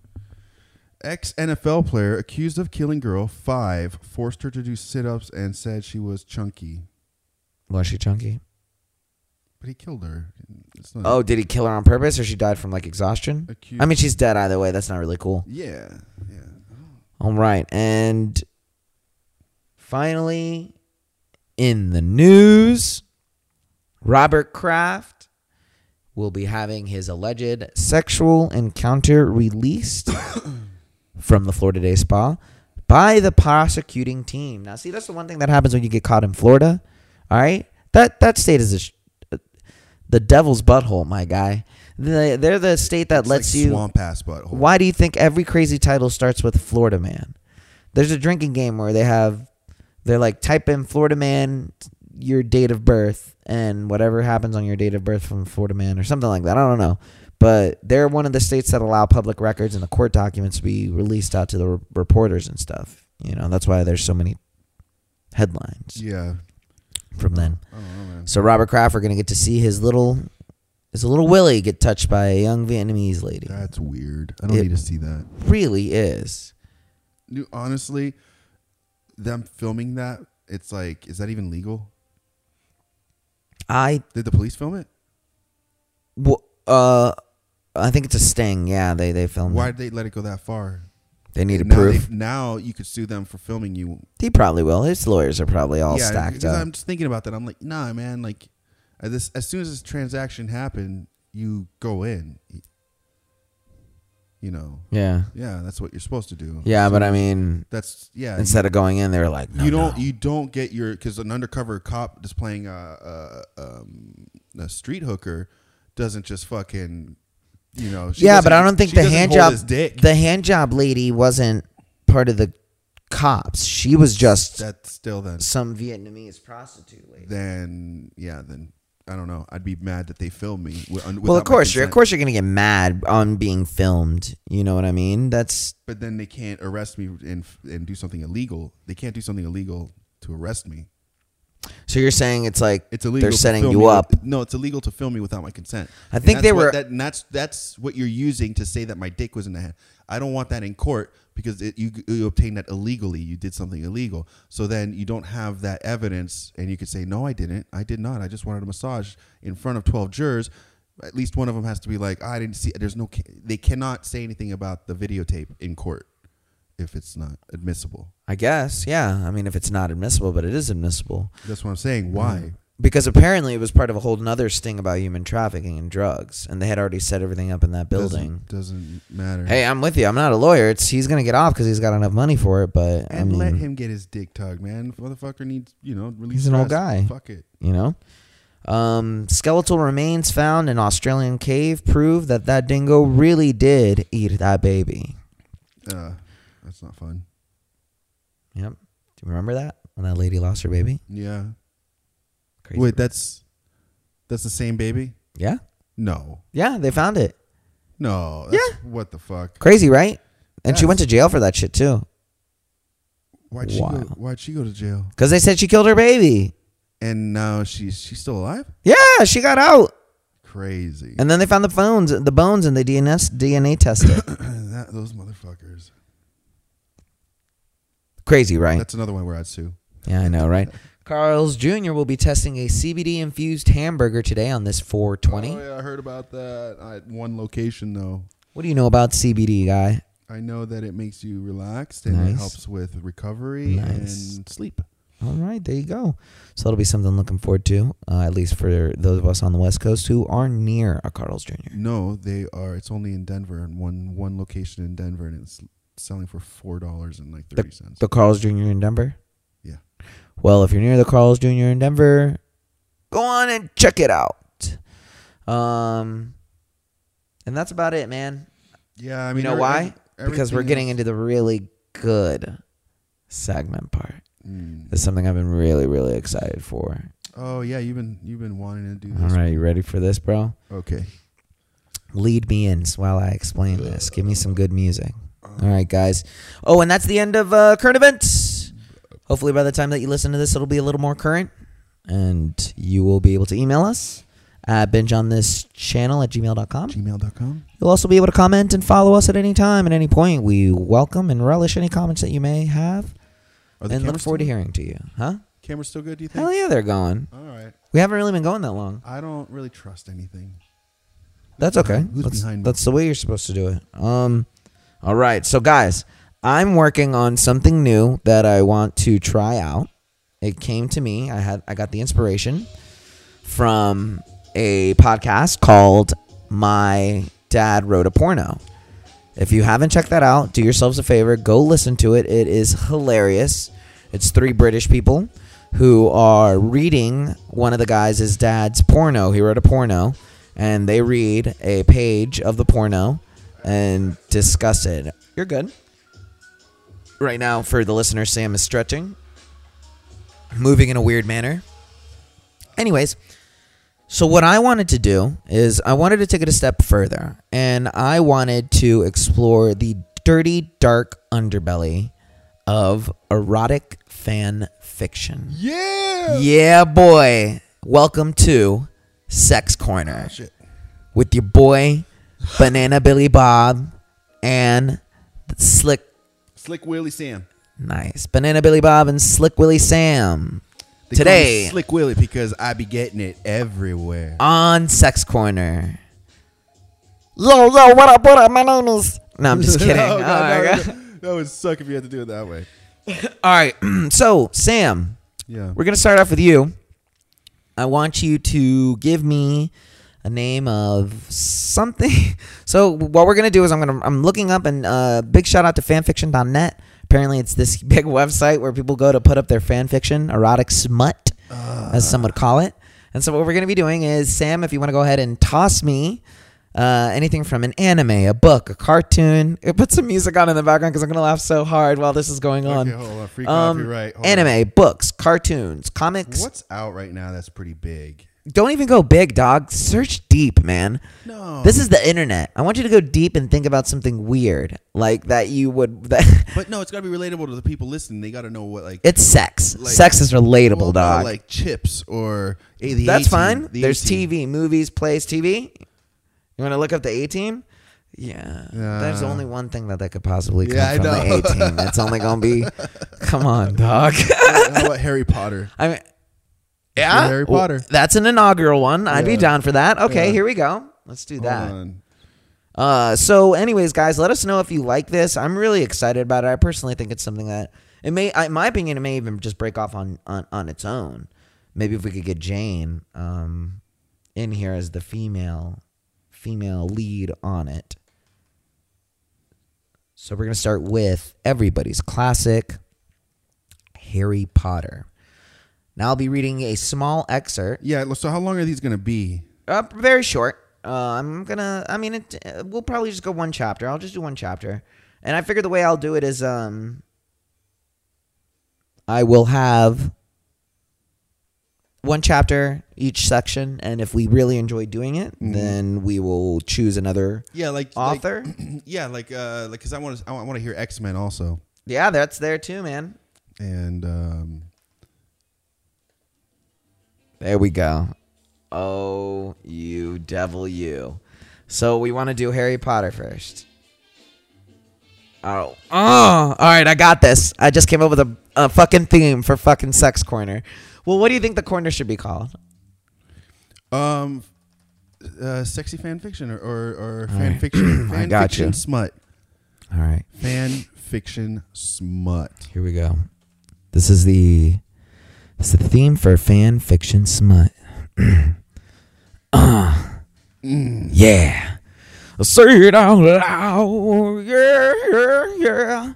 C: Ex NFL player accused of killing girl five forced her to do sit ups and said she was chunky,
B: Was she chunky?
C: but he killed her. It's not
B: Oh, did he kill her on purpose, or she died from like exhaustion?
C: accused.
B: I mean, she's dead either way. That's not really cool.
C: yeah, yeah.
B: All right, and finally, in the news, Robert Kraft will be having his alleged sexual encounter released from the Florida Day Spa by the prosecuting team. Now, see, that's the one thing that happens when you get caught in Florida. All right, that that state is a sh- the devil's butthole, my guy. They- They're the state that
C: It's
B: lets
C: like
B: you
C: swamp ass butthole.
B: why do you think every crazy title starts with Florida Man? There's a drinking game where they have, they're like, type in Florida Man, your date of birth, and whatever happens on your date of birth from Florida Man or something like that. I don't know. But they're one of the states that allow public records and the court documents to be released out to the re- reporters and stuff. You know, that's why there's so many headlines
C: Yeah,
B: from them.
C: I don't know, man.
B: So Robert Kraft, we're going to get to see his little, his little Willie get touched by a young Vietnamese lady.
C: That's weird. I don't
B: It-
C: need to see that.
B: really is.
C: Dude, honestly, them filming that, it's like, is that even legal?
B: I
C: Did the police film it?
B: Well, uh, I think it's a sting. Yeah, they they filmed.
C: Why
B: it.
C: did they let it go that far?
B: They needed
C: now
B: proof.
C: they- Now you could sue them for filming you.
B: He probably will. His lawyers are probably all stacked
C: because
B: up.
C: I'm just thinking about that. I'm like, nah, man. Like, as this as soon as this transaction happened, you go in. You know,
B: yeah,
C: yeah, that's what you're supposed to do.
B: yeah, but I mean,
C: That's yeah. you-
B: instead of going in, they were like, no,
C: you don't
B: no.
C: you don't get your because an undercover cop just playing a, a, um, a street hooker doesn't just fucking you know she
B: yeah,
C: doesn't-
B: but I don't think
C: she
B: the
C: doesn't
B: hand
C: hold
B: job
C: his dick
B: the hand job lady wasn't part of the cops. She was just
C: that's still then
B: some Vietnamese prostitute lady.
C: then yeah then I don't know I'd be mad that they filmed me with, un,
B: Well,
C: without
B: of
C: my
B: course you're of
C: consent.
B: course you're gonna get mad on being filmed. You know what I mean? That's
C: but then they can't arrest me and and do something illegal they can't do something illegal to arrest me
B: so you're saying it's like
C: it's illegal
B: They're
C: to
B: setting
C: film
B: you
C: me with-
B: up.
C: no it's illegal to film me without my consent
B: I think
C: And
B: they
C: that's what-
B: were-
C: that, and that's that's what you're using to say that my dick was in the hand i don't want that in court because it, you you obtained that illegally you did something illegal so then you don't have that evidence and you could say no i didn't i did not i just wanted a massage in front of 12 jurors at least one of them has to be like i didn't see there's no ca- they cannot say anything about the videotape in court if it's not admissible
B: I guess yeah. I mean, if it's not admissible, but it is admissible.
C: that's what i'm saying why
B: Mm-hmm. because apparently it was part of a whole nother sting about human trafficking and drugs, and they had already set everything up in that building.
C: doesn't, doesn't matter
B: Hey, I'm with you. I'm not a lawyer. It's he's gonna get off because he's got enough money for it. But I
C: And let
B: mean,
C: him get his dick tugged, man. Motherfucker needs, you know, release.
B: He's an old
C: stress.
B: guy.
C: Fuck it.
B: you know, um, skeletal remains found in Australian cave prove that that dingo really did eat that baby.
C: Uh, that's not fun.
B: Yep. Do you remember that when that lady lost her baby?
C: Yeah.
B: Crazy.
C: Wait, that's that's the same baby?
B: Yeah.
C: No,
B: Yeah, they found it.
C: no. That's, What the fuck?
B: Crazy, right? And she
C: Yes.
B: went to jail for that shit too,
C: Why'd she
B: Wow.
C: go? Why'd she go to jail?
B: because they said she killed her baby.
C: And now she's she's still alive?
B: Yeah, she got out.
C: Crazy.
B: And then they found the phones, the bones, and they DNS DNA tested.
C: that, those motherfuckers.
B: Crazy, right?
C: That's another one where I'd sue.
B: yeah, I know, right? Carl's Jr. will be testing a CBD infused hamburger today on this 420.
C: Oh yeah, I heard about that. At one location though,
B: What do you know about CBD, guy?
C: I know that it makes you relaxed and it
B: Nice.
C: helps with recovery
B: Nice.
C: and sleep.
B: All right, there you go. So it'll be something looking forward to, uh, at least for those of us on the West Coast who are near a Carl's Jr.
C: No, they are. It's only in Denver and one one location in Denver, and it's selling for four dollars and like thirty cents.
B: The Carl's Jr. in Denver?
C: Yeah.
B: Well, if you're near the Carl's Jr. in Denver, go on and check it out. Um, and that's about it, man.
C: yeah, I mean,
B: you know
C: every-
B: why?
C: every-
B: because we're
C: everything
B: getting
C: else-
B: into the really good segment part.
C: Mm.
B: It's something I've been really, really excited for.
C: Oh yeah, you've been you've been wanting to do
B: All
C: this.
B: right, you ready for this, bro?
C: Okay.
B: Lead me in while I explain this. Give me some good music.
C: Uh-huh.
B: All right, guys. Oh, and that's the end of uh, current events. Hopefully, by the time that you listen to this, it'll be a little more current, and you will be able to email us at binge on this channel at gmail.com.
C: Gmail.com.
B: You'll also be able to comment and follow us at any time, at any point. We welcome and relish any comments that you may have,
C: Are the
B: and look
C: cameras
B: forward to
C: still-
B: hearing to you. Huh?
C: Cameras still good? Do you think?
B: Hell yeah, they're going.
C: All right.
B: We haven't really been going that long.
C: I don't really trust anything.
B: That's okay.
C: behind- who's
B: that's,
C: behind me?
B: that's the way you're supposed to do it. Um, all right. So guys, I'm working on something new that I want to try out. It came to me. I had I got the inspiration from a podcast called My Dad Wrote a Porno. If you haven't checked that out, do yourselves a favor, go listen to it. It is hilarious. It's three British people who are reading one of the guys' his dad's porno. He wrote a porno, and they read a page of the porno and discuss it. You're good. Right now, for the listener, Sam is stretching, moving in a weird manner. Anyways, so what I wanted to do is I wanted to take it a step further and I wanted to explore the dirty dark underbelly of erotic fan fiction.
C: Yeah.
B: Yeah, boy. Welcome to Sex Corner
C: Shit.
B: with your boy Banana Billy Bob and Slick
C: Slick Willie Sam.
B: Nice. Banana Billy Bob and Slick Willie Sam.
C: They call me
B: Today
C: Slick Willie because I be getting it everywhere.
B: on Sex Corner. Yo, yo, what up, what up? My name is. No, I'm just kidding.
C: No,
B: Oh
C: no,
B: my
C: no,
B: God.
C: no. That would suck if you had to do it that way.
B: All right. so, Sam,
C: Yeah.
B: we're going to start off with you. I want you to give me a name of something. So, what we're going to do is I'm going to I'm looking up and uh, big shout out to fanfiction.net. Apparently, it's this big website where people go to put up their fan fiction, erotic smut,
C: Uh.
B: as some would call it. And so, what we're going to be doing is, Sam, if you want to go ahead and toss me uh, anything from an anime, a book, a cartoon, put some music on in the background because I'm going to laugh so hard while this is going on.
C: Okay, hold on. Free
B: Um,
C: copyright. Hold on.
B: anime, books, cartoons, comics.
C: What's out right now that's pretty big?
B: Don't even go big, dog. Search deep, man.
C: No.
B: This is the internet. I want you to go deep and think about something weird, like that you would. That
C: But no, it's got to be relatable to the people listening. They got to know what like
B: it's sex.
C: Like-
B: sex is relatable,
C: well, no,
B: dog.
C: like chips or hey, the
B: That's
C: 18,
B: fine.
C: the
B: There's
C: 18.
B: TV, movies, plays, TV. You want to look up the A team? Yeah. There's
C: Yeah.
B: only one thing that that could possibly come
C: Yeah, I
B: from the
C: know.
B: A team. It's only gonna be. Come on, dog.
C: How about Harry Potter?
B: I mean,
C: Yeah? Harry
B: Well,
C: Potter.
B: that's an inaugural one. I'd be
C: Yeah.
B: down for that. Okay,
C: Yeah.
B: here we go. Let's do
C: Hold
B: that.
C: on.
B: Uh, so, anyways, guys, let us know if you like this. I'm really excited about it. I personally think it's something that it may, I- in my opinion, it may even just break off on on, on its own. Maybe if we could get Jane um, in here as the female female lead on it. So we're gonna start with everybody's classic, Harry Potter. Now I'll be reading a small excerpt
C: Yeah. So how long are these gonna be?
B: uh, very short. Uh, I'm gonna. I mean, it, uh, we'll probably just go one chapter. I'll just do one chapter, and I figure the way I'll do it is, um, I will have one chapter each section, and if we really enjoy doing it, then we will choose another
C: Yeah, like like-
B: author.
C: yeah, like uh, like because I want to I want to hear X Men also,
B: yeah, that's there too, man.
C: and um,
B: There we go. Oh, you devil, you. So we want to do Harry Potter first. Oh. oh, all right. I got this. I just came up with a, a fucking theme for fucking sex corner. Well, what do you think the corner should be called?
C: um, uh, sexy fan fiction or or, or fan fiction,
B: I
C: fan
B: got
C: fiction
B: you.
C: smut,
B: All right.
C: fan fiction smut.
B: Here we go. This is the this is the theme for fan fiction smut. uh, yeah. Say it out loud. Yeah, yeah, yeah.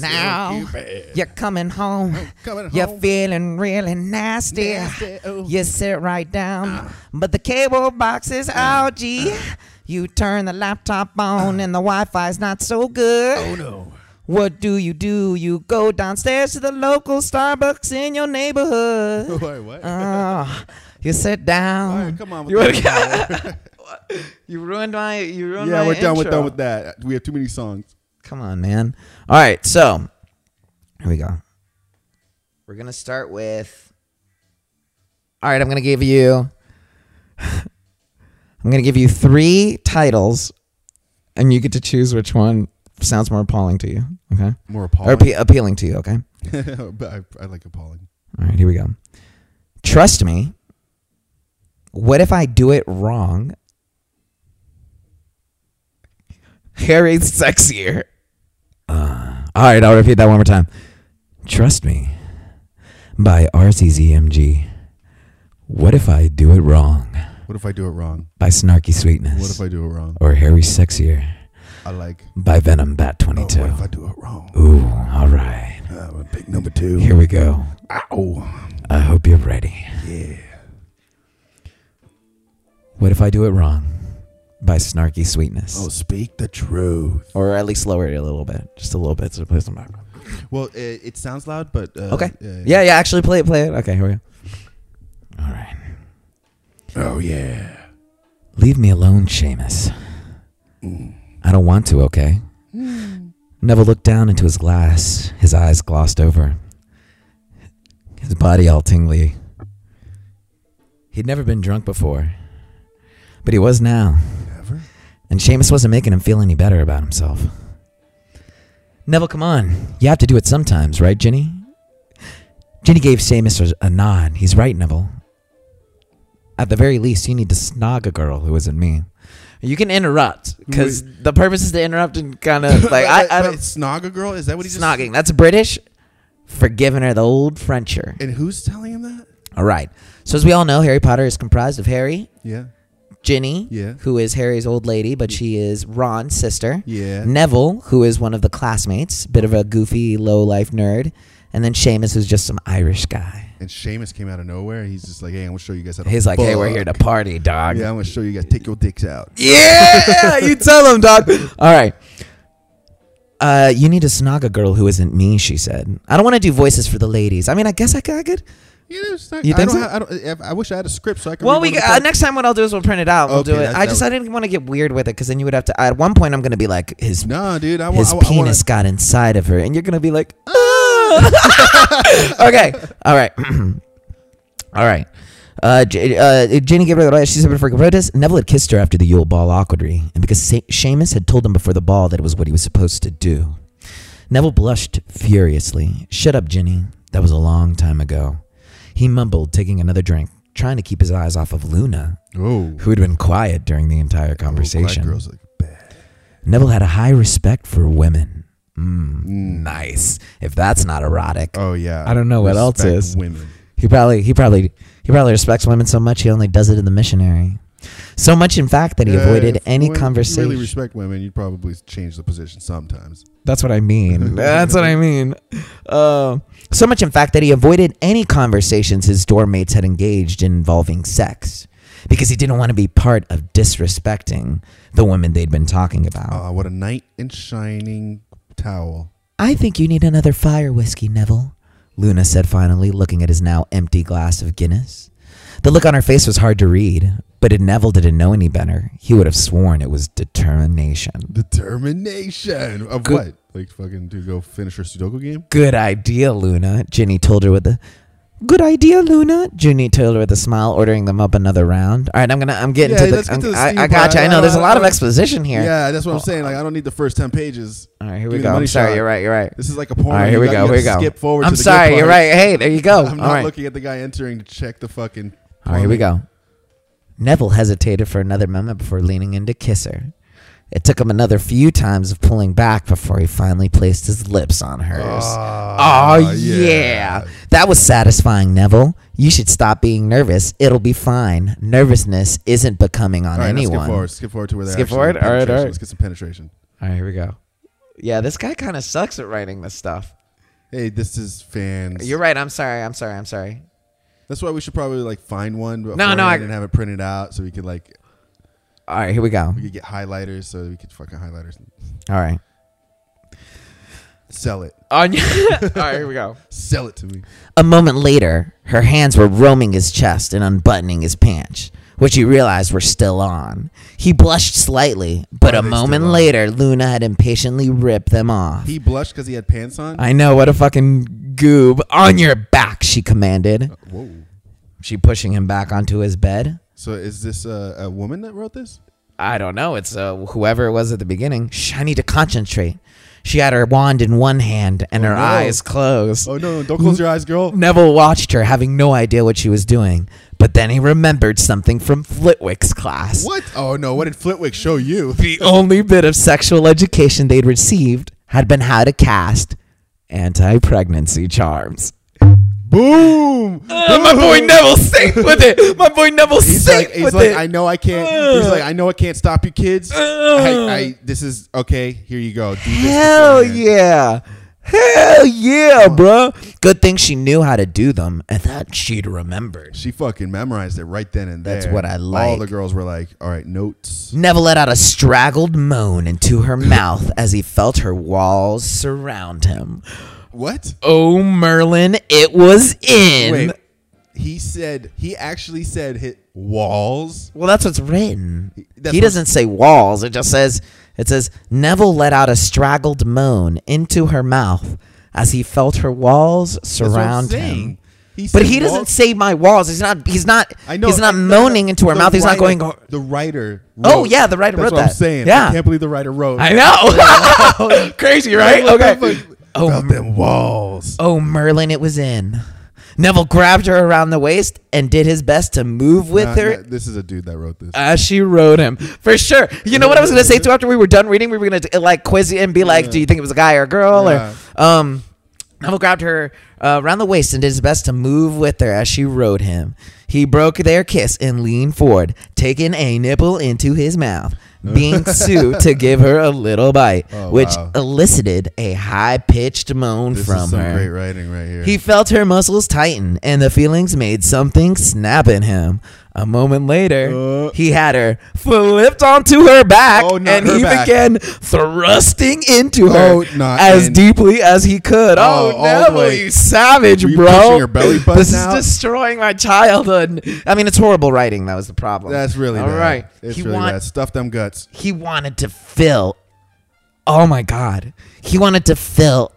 B: Now
C: Cupid.
B: you're coming home.
C: coming
B: you're
C: home.
B: feeling really nasty.
C: Nasty, Ah. oh.
B: You sit right down, but the cable box is
C: Ah.
B: out, G. You turn the laptop on and the Wi-Fi's not so good.
C: Oh no!
B: What do you do? You go downstairs to the local Starbucks in your neighborhood.
C: Wait, what?
B: Ah, you sit down.
C: All right, come on. With
B: You wanna
C: that.
B: You ruined my. You ruined
C: yeah,
B: my
C: we're done. We're
B: intro.
C: done with that. We have too many songs.
B: Come on, man. All right, so here we go. We're gonna start with. All right, I'm gonna give you. I'm gonna give you three titles, and you get to choose which one sounds more appalling to you. Okay,
C: More
B: or
C: appalling.
B: appe- appealing to you. Okay.
C: but I, I like appalling.
B: All right, here we go. Trust me. What if I do it wrong? Harry's sexier. Uh, all right, I'll repeat that one more time. Trust me. By RCZMG. What if I do it wrong?
C: What if I do it wrong?
B: By Snarky Sweetness.
C: What if I do it wrong?
B: or Harry's sexier.
C: I like.
B: By Venom Bat
C: Oh,
B: 22.
C: what if I do it wrong?
B: Ooh, all right.
C: Uh, pick number two.
B: Here we go.
C: Ow.
B: I hope you're ready.
C: Yeah.
B: What if I do it wrong? By Snarky Sweetness.
C: Oh, speak the truth.
B: or at least lower it a little bit, just a little bit, so it plays in the background.
C: Well, it, it sounds loud, but uh,
B: Okay. Yeah, yeah. Actually, play it, play it. Okay, here we go. All right.
C: Oh yeah.
B: Leave me alone, Seamus. I don't want to. Okay. Neville looked down into his glass, his eyes glossed over, his body all tingly. He'd never been drunk before, but he was now.
C: Never.
B: and Seamus wasn't making him feel any better about himself. Neville, come on. You have to do it sometimes, right, Ginny? Ginny gave Seamus a- a nod. He's right, Neville. At the very least, you need to snog a girl who isn't me. You can interrupt, because the purpose is to interrupt and kind of like, I, I don't.
C: Snog a girl? Is that what he just?
B: Snogging. That's British for giving her the old Frencher.
C: And who's telling him that?
B: All right. So, as we all know, Harry Potter is comprised of Harry,
C: Yeah.
B: Ginny,
C: Yeah.
B: who is Harry's old lady, but she is Ron's sister.
C: Yeah.
B: Neville, who is one of the classmates, bit of a goofy, low life nerd, and then Seamus, who's just some Irish guy.
C: And Seamus came out of nowhere. He's just like, hey, I'm gonna show you guys how to.
B: He's like, hey, we're
C: fuck."
B: here to party, dog.
C: Yeah, I'm gonna show you guys. Take your dicks out.
B: Yeah, you tell him, dog. All right. Uh, you need to snog a girl who isn't me, she said. I don't want to do voices for the ladies. I mean, I guess I could. I could.
C: Yeah, it's not,
B: You
C: I
B: think
C: don't.
B: so?
C: Have, I don't. I wish I had a script so I could.
B: Well,
C: read
B: we
C: one of
B: uh,
C: the
B: next time what I'll do is we'll print it out. We'll
C: Okay,
B: do it.
C: that-
B: I
C: that
B: just
C: would-
B: I didn't want to get weird with it because then you would have to. At one point, I'm going to be like his
C: No, dude. I want.
B: his
C: I, wa- I wanna-
B: penis got inside of her, and you're gonna be like, "Ah." okay, all right, all right. Uh, J- uh, Jenny gave her the right. She said before protest. Neville had kissed her after the Yule Ball awkwardly, and because Se- Seamus had told him before the ball that it was what he was supposed to do. Neville blushed furiously. Shut up, Jenny. That was a long time ago. He mumbled, taking another drink, trying to keep his eyes off of Luna,
C: oh,
B: who had been quiet during the entire
C: Oh,
B: conversation.
C: black girls like bad.
B: Neville had a high respect for women. Mm, Nice. If that's not erotic,
C: Oh yeah.
B: I don't know what else
C: Respect
B: is.
C: Women.
B: he probably he probably he probably respects women so much he only does it in the missionary. So much, in fact, that he
C: Yeah,
B: avoided
C: if
B: any
C: women
B: conversation.
C: Really respect women. You'd probably change the position sometimes.
B: That's what I mean. That's what I mean. Uh, so much, in fact, that he avoided any conversations his dorm mates had engaged in involving sex because he didn't want to be part of disrespecting the women they'd been talking about.
C: Ah, what a knight in shining towel.
B: I think you need another fire whiskey, Neville, Luna said finally, looking at his now empty glass of Guinness. The look on her face was hard to read, but if Neville didn't know any better, he would have sworn it was determination.
C: Determination of
B: Good-
C: what? Like fucking to go finish her Sudoku game?
B: Good idea, Luna, Ginny told her with a Good idea, Luna. Ginny told her with a smile, ordering them up another round. All right, I'm gonna. I'm getting
C: Yeah,
B: to the.
C: let's get
B: I'm-
C: to the
B: I,
C: Steve
B: I got you.
C: part.
B: I know there's a
C: I-
B: lot of
C: I-
B: exposition here. Oh.
C: Yeah, that's what I'm
B: Well,
C: saying. Like I don't need the first ten pages.
B: All right, here
C: Give
B: we
C: me the
B: go.
C: money
B: I'm sorry.
C: shot.
B: You're right. You're right.
C: This is like a porn.
B: All right, here
C: You
B: we
C: got-
B: go.
C: you
B: Here we
C: have
B: go.
C: to Skip forward.
B: I'm
C: to the good
B: sorry. You're
C: part.
B: right. Hey, there you go.
C: I'm
B: Oh, All
C: not
B: right.
C: looking at the guy entering to check the fucking.
B: All right, here we go. Neville hesitated for another moment before leaning in to kiss her. It took him another few times of pulling back before he finally placed his lips on hers.
C: Ah,
B: oh, yeah. That was satisfying, Neville. You should stop being nervous. It'll be fine. Nervousness isn't becoming on
C: All right, now
B: anyone.
C: skip forward. Skip forward to where they're
B: Skip
C: actually
B: forward? All right, all
C: penetration.
B: right.
C: Let's get some penetration.
B: All right, here we go. Yeah, this guy kind of sucks at writing this stuff.
C: Hey, this is fans.
B: You're right. I'm sorry. I'm sorry. I'm sorry.
C: That's why we should probably like find one. But
B: No, no, I-
C: and have it printed out so we could like
B: All right, here we go.
C: we could get highlighters so we could fucking highlighters.
B: All right.
C: Sell it.
A: On your- All right, here we go.
C: Sell it to me.
B: A moment later, her hands were roaming his chest and unbuttoning his pants, which he realized were still on. He blushed slightly, but
C: Why
B: a
C: are they
B: moment
C: still on?
B: later, Luna had impatiently ripped them off.
C: He blushed because he had pants on.
B: I know, what a fucking goob. On your back, she commanded,
C: Whoa.
B: she pushing him back onto his bed.
C: So is this uh, a woman that wrote this?
B: I don't know. It's uh, whoever it was at the beginning. Shh, I need to concentrate. She had her wand in one hand and her
C: Oh, no.
B: eyes closed.
C: Oh no! Don't close your eyes, girl.
B: Neville watched her, having no idea what she was doing. But then he remembered something from Flitwick's class.
C: What? Oh no! What did Flitwick show you?
B: The only bit of sexual education they'd received had been how to cast anti pregnancy charms.
C: Boom!
B: my boy Neville sank with it. My boy Neville
C: He's
B: sank
C: like, he's
B: with
C: like,
B: it.
C: I know I can't. He's like, I know I can't stop you, kids. I, I, this is okay. Here you go. Do this
B: Hell
C: beforehand.
B: yeah. Hell yeah, bro. Good thing she knew how to do them and that she'd remembered.
C: She fucking memorized it right then and there.
B: That's what I
C: All
B: like.
C: the girls were like, "All right, notes."
B: Neville let out a straggled moan into her mouth as he felt her walls surround him.
C: What?
B: Oh, Merlin, it was in.
C: Wait. He said. He actually said hit walls.
B: Well, that's what's written.
C: That's
B: he
C: what-
B: doesn't say walls. It just says it says Neville let out a straggled moan into her mouth as he felt her walls
C: That's what I'm
B: surround
C: saying.
B: him.
C: He
B: But
C: said
B: he doesn't
C: walls.
B: say my walls. He's not. He's not.
C: I know.
B: He's not
C: I- no, no,
B: moaning into her
C: the
B: mouth. He's not
C: writer-
B: going. "Oh,
C: The writer.
B: Oh,
C: wrote-
B: yeah, the writer
C: That's
B: wrote
C: what I'm
B: that.
C: saying.
B: Yeah.
C: I can't believe the writer wrote.
B: I know. Crazy, right?
C: What the
B: Okay.
C: fuck?
B: Oh,
C: Felt them walls.
B: Oh, Merlin, it was in. Neville grabbed her around the waist and did his best to move with
C: Nah,
B: her
C: nah, Uh, this is a dude that wrote this.
B: as she rode him. For sure. You know what I was gonna say too after we were done reading, we were gonna uh, like quiz you and be like,
C: Yeah.
B: Do you think it was a guy or a girl?
C: Yeah.
B: Or um Neville grabbed her uh, around the waist and did his best to move with her as she rode him. He broke their kiss and leaned forward, taking a nipple into his mouth, being Sue to give her a little bite,
C: Oh,
B: which
C: wow.
B: elicited a high pitched moan
C: This
B: from
C: is some
B: her.
C: great writing right here.
B: He felt her muscles tighten, and the feelings made something snap in him. A moment later,
C: Uh.
B: he had her flipped onto her back,
C: Oh, not
B: and
C: her
B: he
C: back.
B: began thrusting into her
C: Oh, not
B: as
C: in.
B: deeply as he could. Oh,
C: Oh, all the
B: Neville,
C: way.
B: you savage,
C: Were you
B: bro!
C: pushing your belly button
B: this
C: out?
B: is destroying my childhood. I mean, it's horrible writing. That was the problem.
C: That's really
B: all
C: bad.
B: right.
C: It's
B: he
C: really
B: want-
C: bad. Stuff them guts. Oh
B: he wanted to fill oh my god he wanted to fill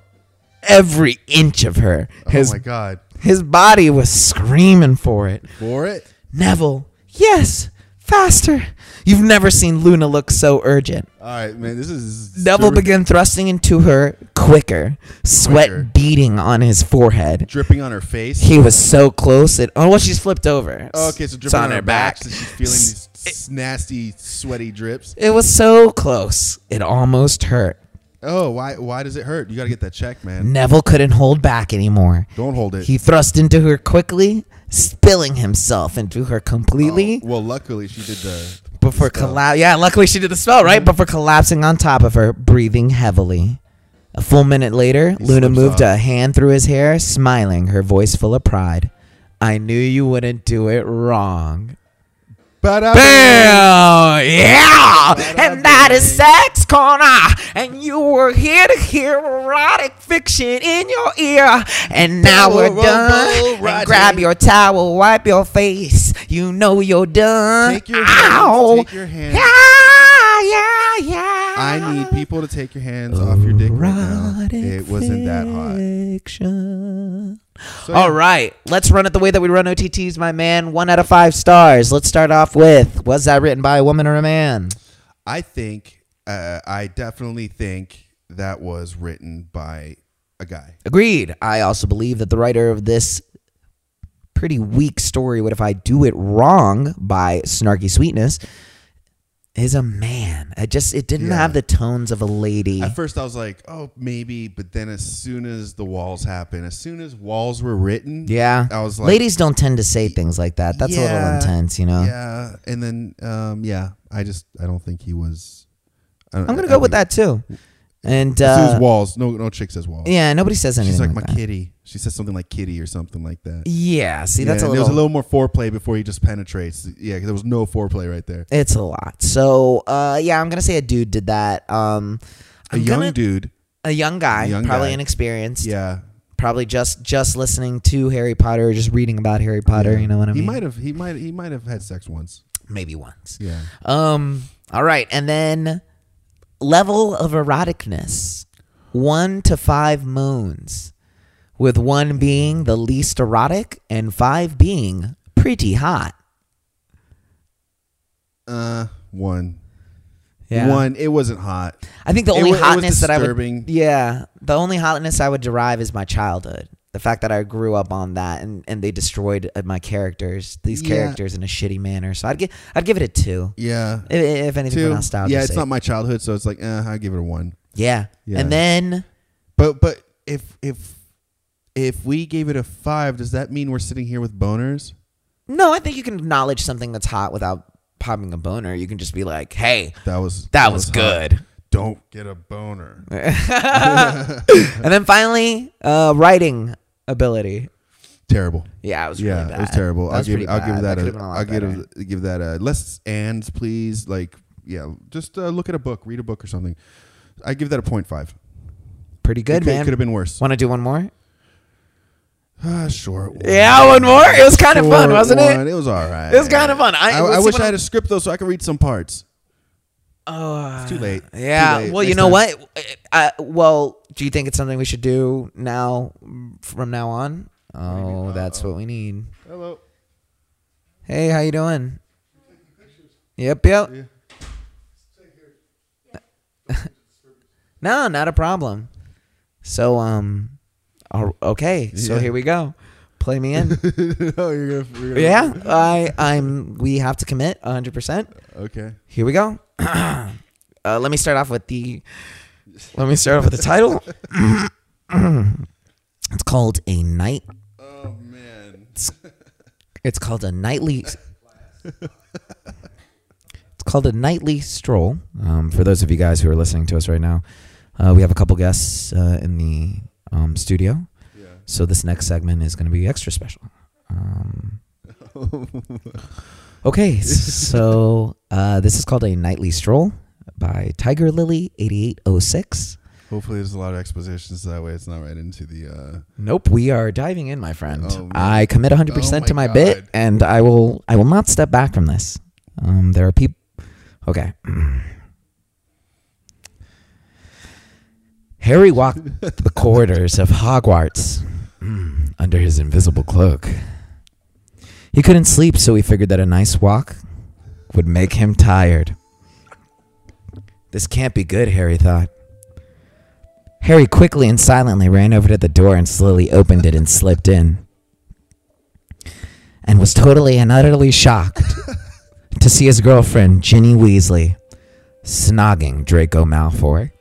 B: every inch of her his
C: oh my god.
B: his body was screaming for it
C: For it.
B: neville yes faster you've never seen luna look so urgent
C: All right, man. This is
B: neville
C: super-
B: began thrusting into her quicker sweat
C: Quicker.
B: beating on his forehead
C: dripping on her face.
B: he was so close it oh well she's flipped over
C: Oh, okay, so
B: It's
C: dripping on, her back. so she's feeling these s- nasty, sweaty drips.
B: it was so close it almost hurt
C: Oh, why? Why does it hurt? You gotta get that check, man.
B: Neville couldn't hold back anymore.
C: Don't hold it.
B: He thrust into her quickly, spilling himself into her completely
C: Oh, well, luckily she did the
B: before
C: the spell. Mm-hmm.
B: collapse. Yeah, luckily she did the spell, right? Before collapsing on top of her, breathing heavily. A full minute later,
C: He
B: Luna
C: slips
B: moved
C: off.
B: a hand through his hair, smiling, her voice full of pride. I knew you wouldn't do it wrong.
C: Ba-da-
B: Bam! Yeah! And that is Sex Corner! And you were here to hear erotic fiction in your ear. And now we're
C: Terrible
B: done. And
C: writing.
B: grab your towel, wipe your face. You know you're done.
C: Take your hands,
B: Ow!
C: take your hands.
B: Yeah, yeah, yeah.
C: I need people to take your hands off your dick right now. It wasn't that hot.
B: hot.
C: So,
B: All right, let's run it the way that we run OTTs, my man. One out of five stars. Let's start off with was that written by a woman or a man?
C: I think, uh, I definitely think that was written by a guy.
B: Agreed. I also believe that the writer of this pretty weak story, What If I Do It Wrong by Snarky Sweetness, is a man. It just it didn't
C: Yeah.
B: have the tones of a lady.
C: At first, I was like, oh, maybe. But then, as soon as the walls happened, as soon as walls were written,
B: yeah.
C: I was like,
B: Ladies don't tend to say things like that. That's a little
C: Yeah.
B: intense, you know.
C: yeah. And then, um, yeah, I just, I don't think he was. I don't,
B: I'm gonna
C: I
B: go with that
C: think-
B: too. And
C: As soon as
B: uh,
C: walls, no, no chick says walls.
B: yeah, nobody says anything.
C: she's like,
B: like
C: my
B: that.
C: kitty. She says something like kitty or something like that.
B: Yeah, see,
C: Yeah,
B: that's a little,
C: and There was a little more foreplay before he just penetrates. Yeah, 'cause there was no foreplay right there.
B: It's a lot. So, uh, yeah, I'm gonna say a dude did that. Um,
C: A
B: I'm
C: young
B: gonna-
C: dude
B: a young guy,
C: Young
B: probably
C: guy.
B: inexperienced,
C: Yeah.
B: probably just just listening to Harry Potter or just reading about Harry Potter. You know what I mean?
C: He might have. He might. He might have had sex once.
B: maybe once.
C: Yeah.
B: Um. All right, and then level of eroticness, one to five moons, with one being the least erotic and five being pretty hot.
C: Uh, one.
B: Yeah.
C: One. It wasn't hot.
B: I think the
C: It
B: only
C: wa- it was
B: hotness that I
C: disturbing.
B: would yeah, the only hotness I would derive is my childhood. The fact that I grew up on that and, and they destroyed uh, my characters, these
C: Yeah.
B: characters in a shitty manner. So I'd give I'd give it a two.
C: Yeah.
B: If, if anything, for
C: Two.
B: nostalgia.
C: Yeah. It's not my childhood, so it's like, uh, I give it a one.
B: yeah.
C: Yeah.
B: And then
C: But but if if if we gave it a five, does that mean we're sitting here with boners?
B: no, I think you can acknowledge something that's hot without popping a boner. You can just be like, hey,
C: That was
B: that was
C: hot.
B: good.
C: Don't get a boner.
B: And then finally, uh, writing ability.
C: Terrible.
B: Yeah, it was
C: yeah,
B: really bad.
C: it was terrible.
B: That
C: I'll
B: was
C: give
B: pretty
C: I'll
B: bad.
C: give that,
B: could've
C: a,
B: been a lot
C: I'll give
B: better.
C: a, give that a less ands please. Like yeah, just uh, look at a book, read a book or something. I give that a point five.
B: pretty good,
C: it
B: man.
C: Could have been worse.
B: Want to do one more?
C: Ah, sure. it was.
B: Yeah, one more. It was kind of fun,
C: Sure
B: wasn't
C: one.
B: it?
C: It was all right.
B: It was kind of fun. I-
C: I,
B: let's
C: I
B: see
C: wish
B: what
C: I had
B: I-
C: a script though, so I could read some parts.
B: Oh,
C: It's too late.
B: yeah.
C: Too late.
B: Well, you
C: Next
B: know
C: time.
B: what? I, I- well, do you think it's something we should do now, from now on? Oh, that's what we need.
C: Hello.
B: Hey, how you doing? Yep, yep. no, not a problem. So, um, al- okay. So
C: Yeah.
B: here we go. Play me in.
C: oh, you're gonna, you're gonna.
B: yeah, I, I'm. We have to commit 100. percent
C: Okay.
B: Here we go. uh, let me start off with the. Let me start off with the title. it's called a night.
C: Oh man.
B: It's called a nightly. it's called a nightly stroll. Um, for those of you guys who are listening to us right now, uh, we have a couple guests uh, in the um, studio,
C: Yeah.
B: so this next segment is going to be extra special. Um, Okay, so uh, this is called A Nightly Stroll by Tiger Lily 8806.
C: Hopefully, there's a lot of expositions that way it's not right into the. uh
B: Nope, we are diving in, my friend.
C: Oh, man.
B: I commit 100%
C: Oh,
B: to
C: my
B: my bit
C: God.
B: and I will I will not step back from this. Um, there are people Okay. Harry walked the corridors of Hogwarts mm, under his invisible cloak. He couldn't sleep, so he figured that a nice walk would make him tired. This can't be good, Harry thought. Harry quickly and silently ran over to the door and slowly opened it and slipped in. And was totally and utterly shocked to see his girlfriend, Ginny Weasley, snogging Draco Malfoy.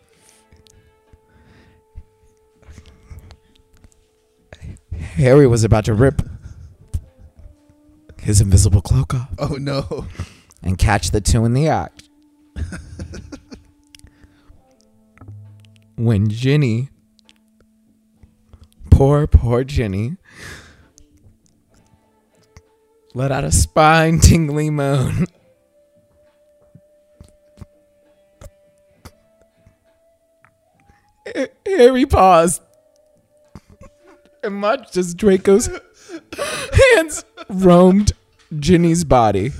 B: Harry was about to rip his invisible cloak off
C: Oh no.
B: and catch the two in the act. when Ginny, poor, poor Ginny, let out a spine tingling moan. Ha- E-, Harry paused and much as Draco's hands roamed Ginny's body.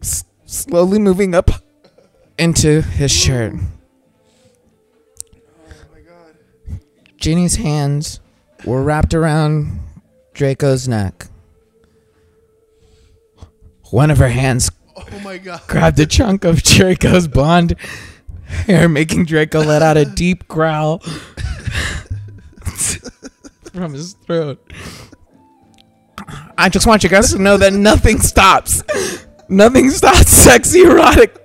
B: S- slowly moving up into his shirt. Ginny's hands were wrapped around Draco's neck. One of her hands
C: Oh my god.
B: grabbed a chunk of Draco's blonde hair, making Draco let out a deep growl from his throat. I just want you guys to know that nothing stops. Nothing stops sexy erotic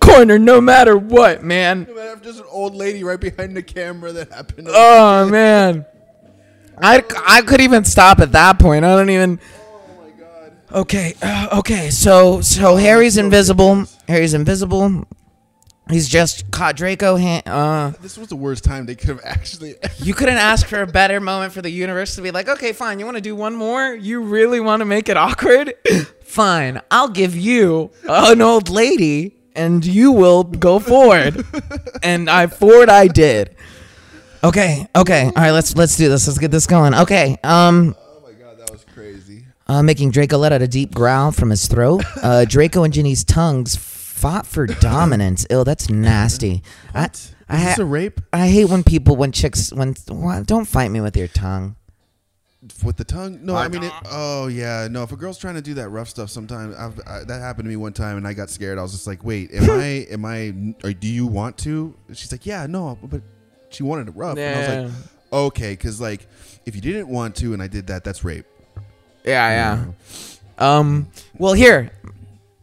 B: corner, no matter what, man.
C: There's just an old lady right behind the camera that happened.
B: Oh, man. I, I could even stop at that point. I don't even.
C: Oh, my god. Oh,
B: Okay, uh, okay. So so Harry's invisible. Harry's invisible. He's just caught Draco. Han- uh,
C: This was the worst time they could have actually.
B: you couldn't ask for a better moment for the universe to be like, okay, fine. You want to do one more? You really want to make it awkward? fine, I'll give you an old lady and you will go forward. and I forward I did. Okay, okay. All right, let's let's do this. Let's get this going. Okay. Um
C: Oh my god, that was crazy.
B: uh, making Draco let out a deep growl from his throat. Uh, Draco and Ginny's tongues fought for dominance. Ew, that's nasty. I, I,
C: Is this a
B: ha-
C: rape
B: I hate when people, when chicks, when wha- don't fight me with your tongue.
C: with the tongue? No, I mean, it, oh yeah, no. If a girl's trying to do that rough stuff, sometimes I've, I, that happened to me one time, and I got scared. I was just like, "Wait, am I? Am I? Or do you want to?" And she's like, "Yeah, no," but she wanted it rough, and I was like, "Okay," because like if you didn't want to, and I did that, that's rape.
B: Yeah, yeah. Um. Well, here,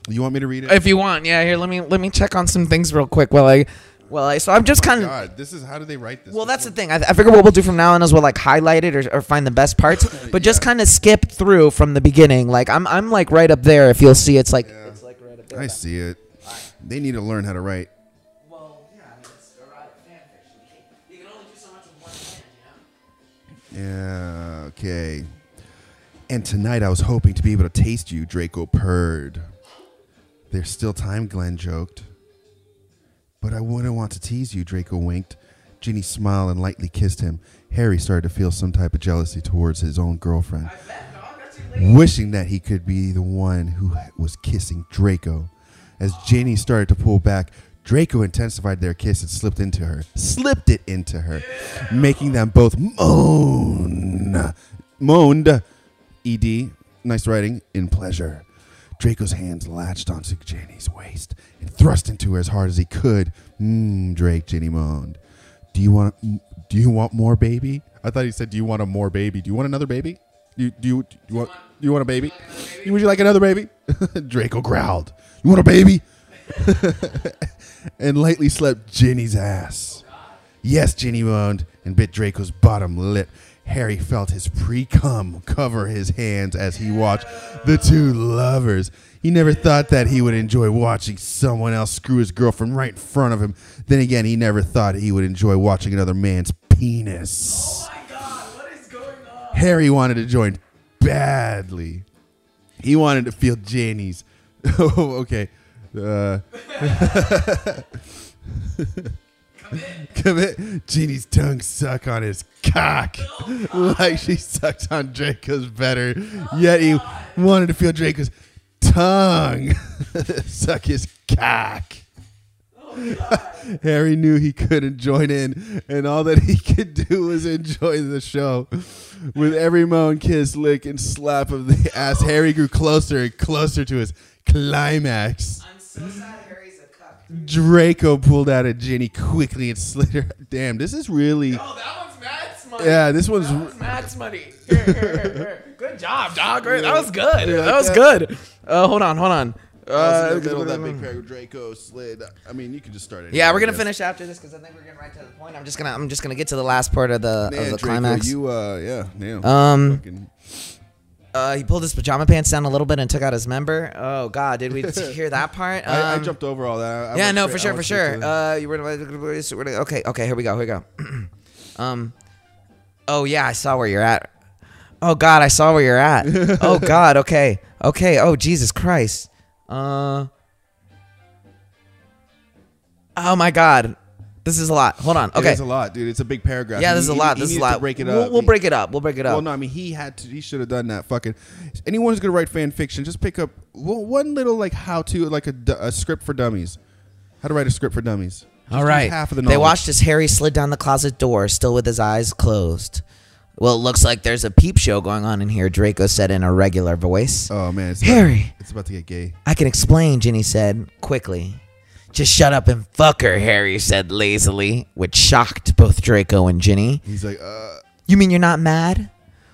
C: You want me to read it?
B: if you want, yeah. Here, let me let me check on some things real quick while I, while I. So I'm just kind of
C: God, this is how do they write this?
B: Well, that's the thing. I, I figure what we'll do from now on is we'll like highlight it or, or find the best parts, but just
C: Yeah.
B: kind of skip through from the beginning. Like I'm, I'm like right up there. If you'll see, it's like
C: Yeah.
B: it's like right up there.
C: I see it. They need to learn how to write.
B: Well, yeah, I mean, it's erotic fan fiction. You can only do so much with one hand,
C: Yeah, okay. And tonight I was hoping to be able to taste you, Draco purred. There's still time, Glenn joked. But I wouldn't want to tease you, Draco winked. Ginny smiled and lightly kissed him. Harry started to feel some type of jealousy towards his own girlfriend, wishing that he could be the one who was kissing Draco. As Ginny started to pull back, Draco intensified their kiss and slipped into her, slipped it into her, making them both moan. Moaned. ED, nice writing, in pleasure. Draco's hands latched onto Jenny's waist and thrust into her as hard as he could. Mmm, Drake, Jenny moaned. Do you want do you want more baby? I thought he said, Do you want a more baby? Do you want another baby? Do you, do you, do you want do you want a baby? Would you like another baby? Draco growled. You want a baby? and lightly slapped Jenny's ass. Yes, Ginny moaned and bit Draco's bottom lip. Harry felt his pre cum cover his hands as he watched the two lovers. He never thought that he would enjoy watching someone else screw his girlfriend right in front of him. Then again, he never thought he would enjoy watching another man's penis. Harry wanted to join badly. He wanted to feel Jenny's. oh, okay. Uh, Commit. Jeannie's tongue suck on his cock like she sucked on Draco's better. Yet he wanted to feel Draco's tongue suck his cock. Harry knew he couldn't join in, and all that he could do was enjoy the show. With every moan, kiss, lick, and slap of the ass, Harry grew closer and closer to his climax.
B: I'm so sad Harry's a cuck.
C: Draco pulled out a Ginny quickly and slid her. Damn, this is really.
B: Oh, that one's Matt's money.
C: Yeah, this one's.
B: Matt's money. Here, here, here, here. Good job, dog. Great. That was good.
C: Yeah,
B: that was
C: that-
B: good. Uh, hold on, hold on.
C: I was
B: Uh,
C: in the middle of that big paragraph. Draco slid. I mean, you could just start it.
B: Yeah, we're
C: I
B: gonna
C: guess.
B: finish after this because I think we're getting right to the point. I'm just gonna I'm just gonna get to the last part of the
C: Man,
B: of the
C: Draco,
B: climax.
C: you, uh, yeah, damn.
B: Um,
C: Fucking-
B: uh, he pulled his pajama pants down a little bit and took out his member. Oh God, did we hear that part? Um,
C: I, I jumped over all that. I
B: yeah,
C: went
B: no,
C: straight-
B: for
C: I
B: sure,
C: went
B: for
C: straight to
B: sure.
C: the-
B: Uh, you were okay, okay. Here we go, here we go. um, oh yeah, I saw where you're at. Oh God, I saw where you're at. oh God, okay, okay. Oh Jesus Christ. Uh. Oh my God, this is a lot. Hold on.
C: It
B: Uh, Okay.
C: is a lot, dude. It's a big paragraph.
B: Yeah,
C: He-
B: this is a
C: he-
B: lot.
C: he
B: This is a
C: needed to
B: lot.
C: Break it
B: We'll,
C: up.
B: we'll
C: He-
B: break it up. We'll break it up.
C: Well, no, I mean he had to. He should have done that. Fucking anyone's gonna write fan fiction. Just pick up well, one little like how to like a, d- a script for dummies. How to write a script for dummies. Just
B: All
C: use
B: right.
C: half of the knowledge.
B: they watched as Harry slid down the closet door, still with his eyes closed. Well, it looks like there's a peep show going on in here, Draco said in a regular voice.
C: Oh man, it's
B: Harry.
C: About, it's about to get gay.
B: I can explain, Ginny said quickly. Just shut up and fuck her, Harry said lazily, which shocked both Draco and Ginny.
C: He's like, uh,
B: You mean you're not mad?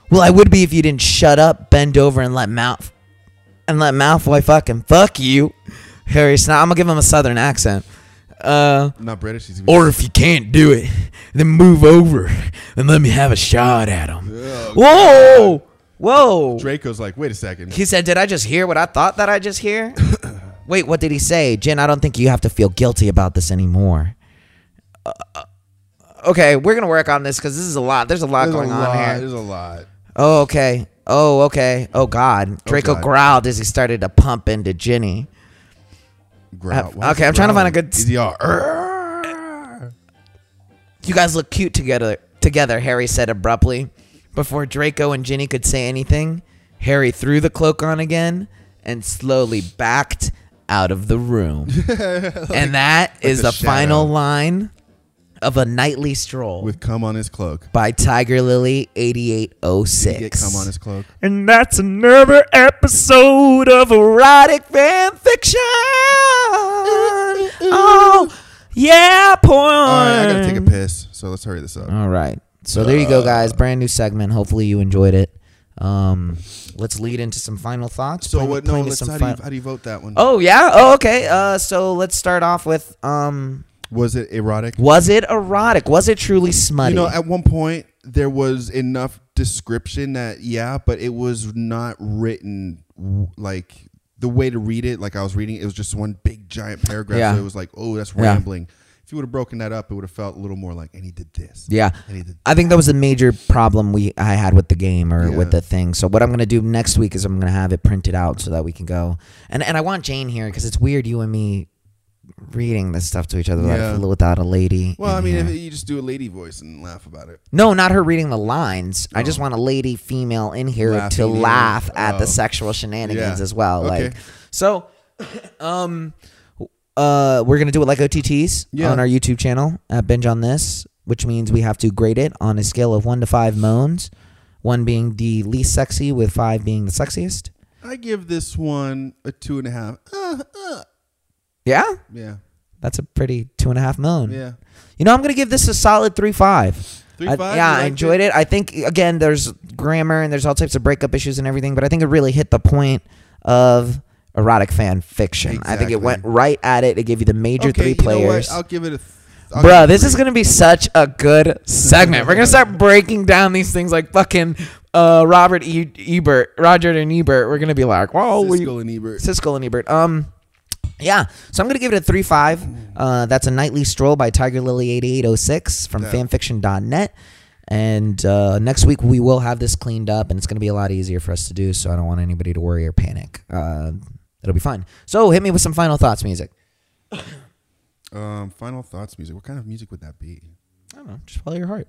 B: Well, I would be if you didn't shut up, bend over, and let mouth and let Malfoy fucking fuck you. Harry snap. I'm gonna give him a southern accent. Uh,
C: not British. He's
B: or if you can't do it, then move over and let me have a shot at him.
C: Oh,
B: Whoa, whoa!
C: Draco's like, wait a second.
B: He said, "Did I just hear what I thought that I just hear?" Wait, what did he say, Jen? I don't think you have to feel guilty about this anymore. Uh, uh, okay, we're gonna work on this because this is a lot. There's a lot
C: There's
B: going
C: a lot.
B: on here.
C: There's a lot.
B: Oh, okay. Oh, okay. Oh, God. Draco
C: God.
B: growled as he started to pump into Ginny.
C: Growl.
B: Uh,
C: Why is
B: okay,
C: it
B: I'm trying to find a
C: growling?
B: good s-
C: Is he all, "Arr!"
B: You guys look cute together, together, Harry said abruptly. Before Draco and Ginny could say anything, Harry threw the cloak on again and slowly backed out of the room. and that is
C: the
B: the, final
C: shadow.
B: line of a nightly stroll
C: with cum on his cloak.
B: by Tiger Lily
C: He get
B: 8806.
C: cum on his cloak.
B: And that's another episode of erotic fan fiction. oh, yeah, porn.
C: All right, I gotta take a piss, so let's hurry this up.
B: All right. So there you go, guys. Brand new segment. Hopefully you enjoyed it. Um, let's lead into some final thoughts.
C: so
B: Play me-
C: what?
B: play
C: No,
B: me
C: let's
B: some
C: how do, you,
B: fi-
C: how do you vote that one?
B: Oh yeah. Oh okay. Uh, so let's start off with um,
C: Was it erotic?
B: was it erotic? Was it truly smutty?
C: You know, at one point there was enough description that yeah, but it was not written w- like the way to read it. Like I was reading, it was just one big giant paragraph.
B: Yeah.
C: So it was like, oh, that's
B: Yeah.
C: rambling. If you would have broken that up, it would have felt a little more like, and he did this.
B: yeah.
C: And he did.
B: I think that was a major problem we I had with the game or with the
C: Yeah.
B: thing. So what I'm gonna do next week is I'm gonna have it printed out so that we can go and and I want Jane here because it's weird you and me reading this stuff to each other
C: Yeah.
B: like, without a lady.
C: Well, I
B: in
C: mean,
B: here.
C: if you just do a lady voice and laugh about it.
B: No, not her reading the lines. I just want a lady female in here
C: Oh. Laughing
B: to
C: at you.
B: laugh at
C: Oh.
B: the sexual shenanigans
C: Yeah.
B: as well.
C: Okay.
B: Like so um uh we're gonna do it like OTTs
C: Yeah.
B: on our YouTube channel at binge on this, which means we have to grade it on a scale of one to five moans, one being the least sexy with five being the sexiest.
C: I give this one a two and a half. Uh, uh.
B: Yeah?
C: Yeah,
B: That's a pretty two and a half moan.
C: yeah.
B: You know, I'm gonna give this a solid three five.
C: Three
B: I-
C: five?
B: yeah,
C: You
B: I
C: liked
B: enjoyed it? I think again, there's grammar and there's all types of breakup issues and everything, but I think it really hit the point of erotic fan fiction. I think
C: Exactly.
B: it went right at it. It gave you the major
C: okay,
B: three
C: you know what?
B: players.
C: I'll give it a. Th- I'll give it
B: Bruh,
C: a
B: this
C: three.
B: is gonna be such a good segment. We're gonna start breaking down these things like fucking uh, Robert e- Ebert, Roger and Ebert. We're gonna be like, whoa, we
C: Siskel and Ebert.
B: Siskel and Ebert. Um, yeah. So I'm gonna give it a three five. Uh, that's a nightly stroll by Tiger Lily eighty eight oh six from
C: Yeah.
B: fanfiction.net. And uh, next week we will have this cleaned up, and it's gonna be a lot easier for us to do. So I don't want anybody to worry or panic. Uh, it'll be fine. So hit me with some final thoughts, music.
C: Um, final thoughts music. What kind of music would that be?
B: I don't know. Just follow your heart.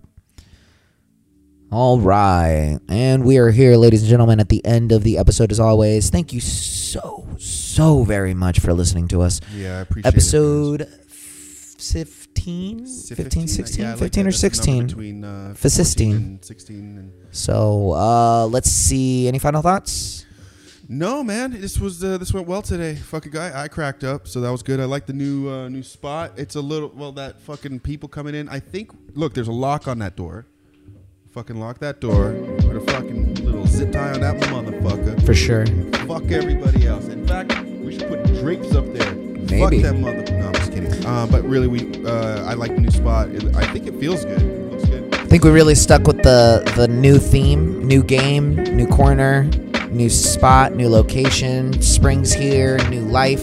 B: All right. And we are here, ladies and gentlemen, at the end of the episode, as always. Thank you so, so very much for listening to us.
C: Yeah, I appreciate it, guys.
B: episode 15, 15 16
C: yeah, I like
B: 15 or
C: that. That's the number
B: 16
C: Between uh,
B: For 16.
C: 14 and 16. And
B: so uh let's see any final thoughts
C: no, man, this was uh, this went well today. Fucking guy, I cracked up, so that was good. I like the new uh, new spot. It's a little well that fucking people coming in. I think look, there's a lock on that door. Fucking lock that door. Put a fucking little zip tie on that motherfucker.
B: for sure
C: Fuck everybody else. In fact, we should put drapes up there. Fuck
B: Maybe.
C: that mother. No, I'm just kidding. Uh, but really, we uh, I like the new spot. It, I think it feels good. It looks good.
B: i think we really stuck with the the new theme new game new corner new spot new location spring's here new life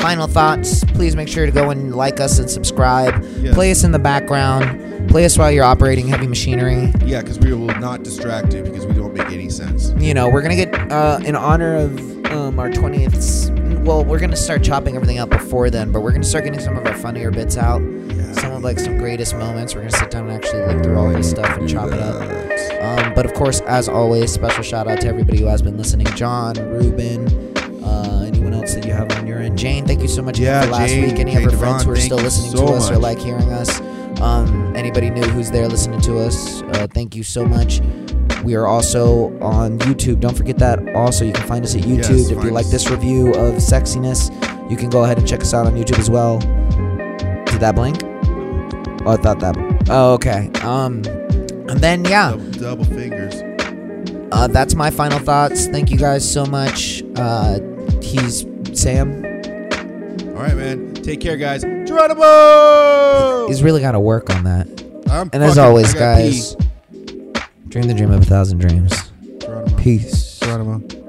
B: final thoughts please make sure to go and like us and subscribe
C: Yeah.
B: play us in the background play us while you're operating heavy machinery
C: Yeah, because we will not distract you because we don't make any sense.
B: you know, we're gonna get uh, in honor of um, our twentieth. Well, we're gonna start chopping everything up before then, but we're gonna start getting some of our funnier bits out. Some of like some greatest moments. We're gonna sit down and actually look through all this stuff and chop it up.
C: Uh,
B: Um, but of course, as always, special shout out to everybody who has been listening. John, Ruben, uh, anyone else that you have on your end. Jane, thank you so much again
C: Yeah,
B: for last
C: Jane,
B: week. Any
C: Jane
B: of our friends
C: Devon,
B: who are
C: thank
B: still
C: you
B: listening
C: so
B: to us or
C: much.
B: like hearing us. Um, anybody new who's there listening to us, uh, thank you so much. We are also on YouTube. Don't forget that. Also, you can find us at YouTube.
C: Yes,
B: if you
C: find
B: like
C: us.
B: this review of sexiness, you can go ahead and check us out on YouTube as well. Did that blink? Oh, I thought that. Oh, okay. Um, and then yeah,
C: Double, double fingers.
B: uh, that's my final thoughts. Thank you guys so much. Uh, he's Sam.
C: All right, man. Take care, guys. Geronimo!
B: He's really got to work on that. And
C: I'm
B: as
C: fucking-
B: always,
C: I gotta
B: guys, dream the dream of a thousand dreams.
C: pee. Geronimo.
B: Peace.
C: Geronimo.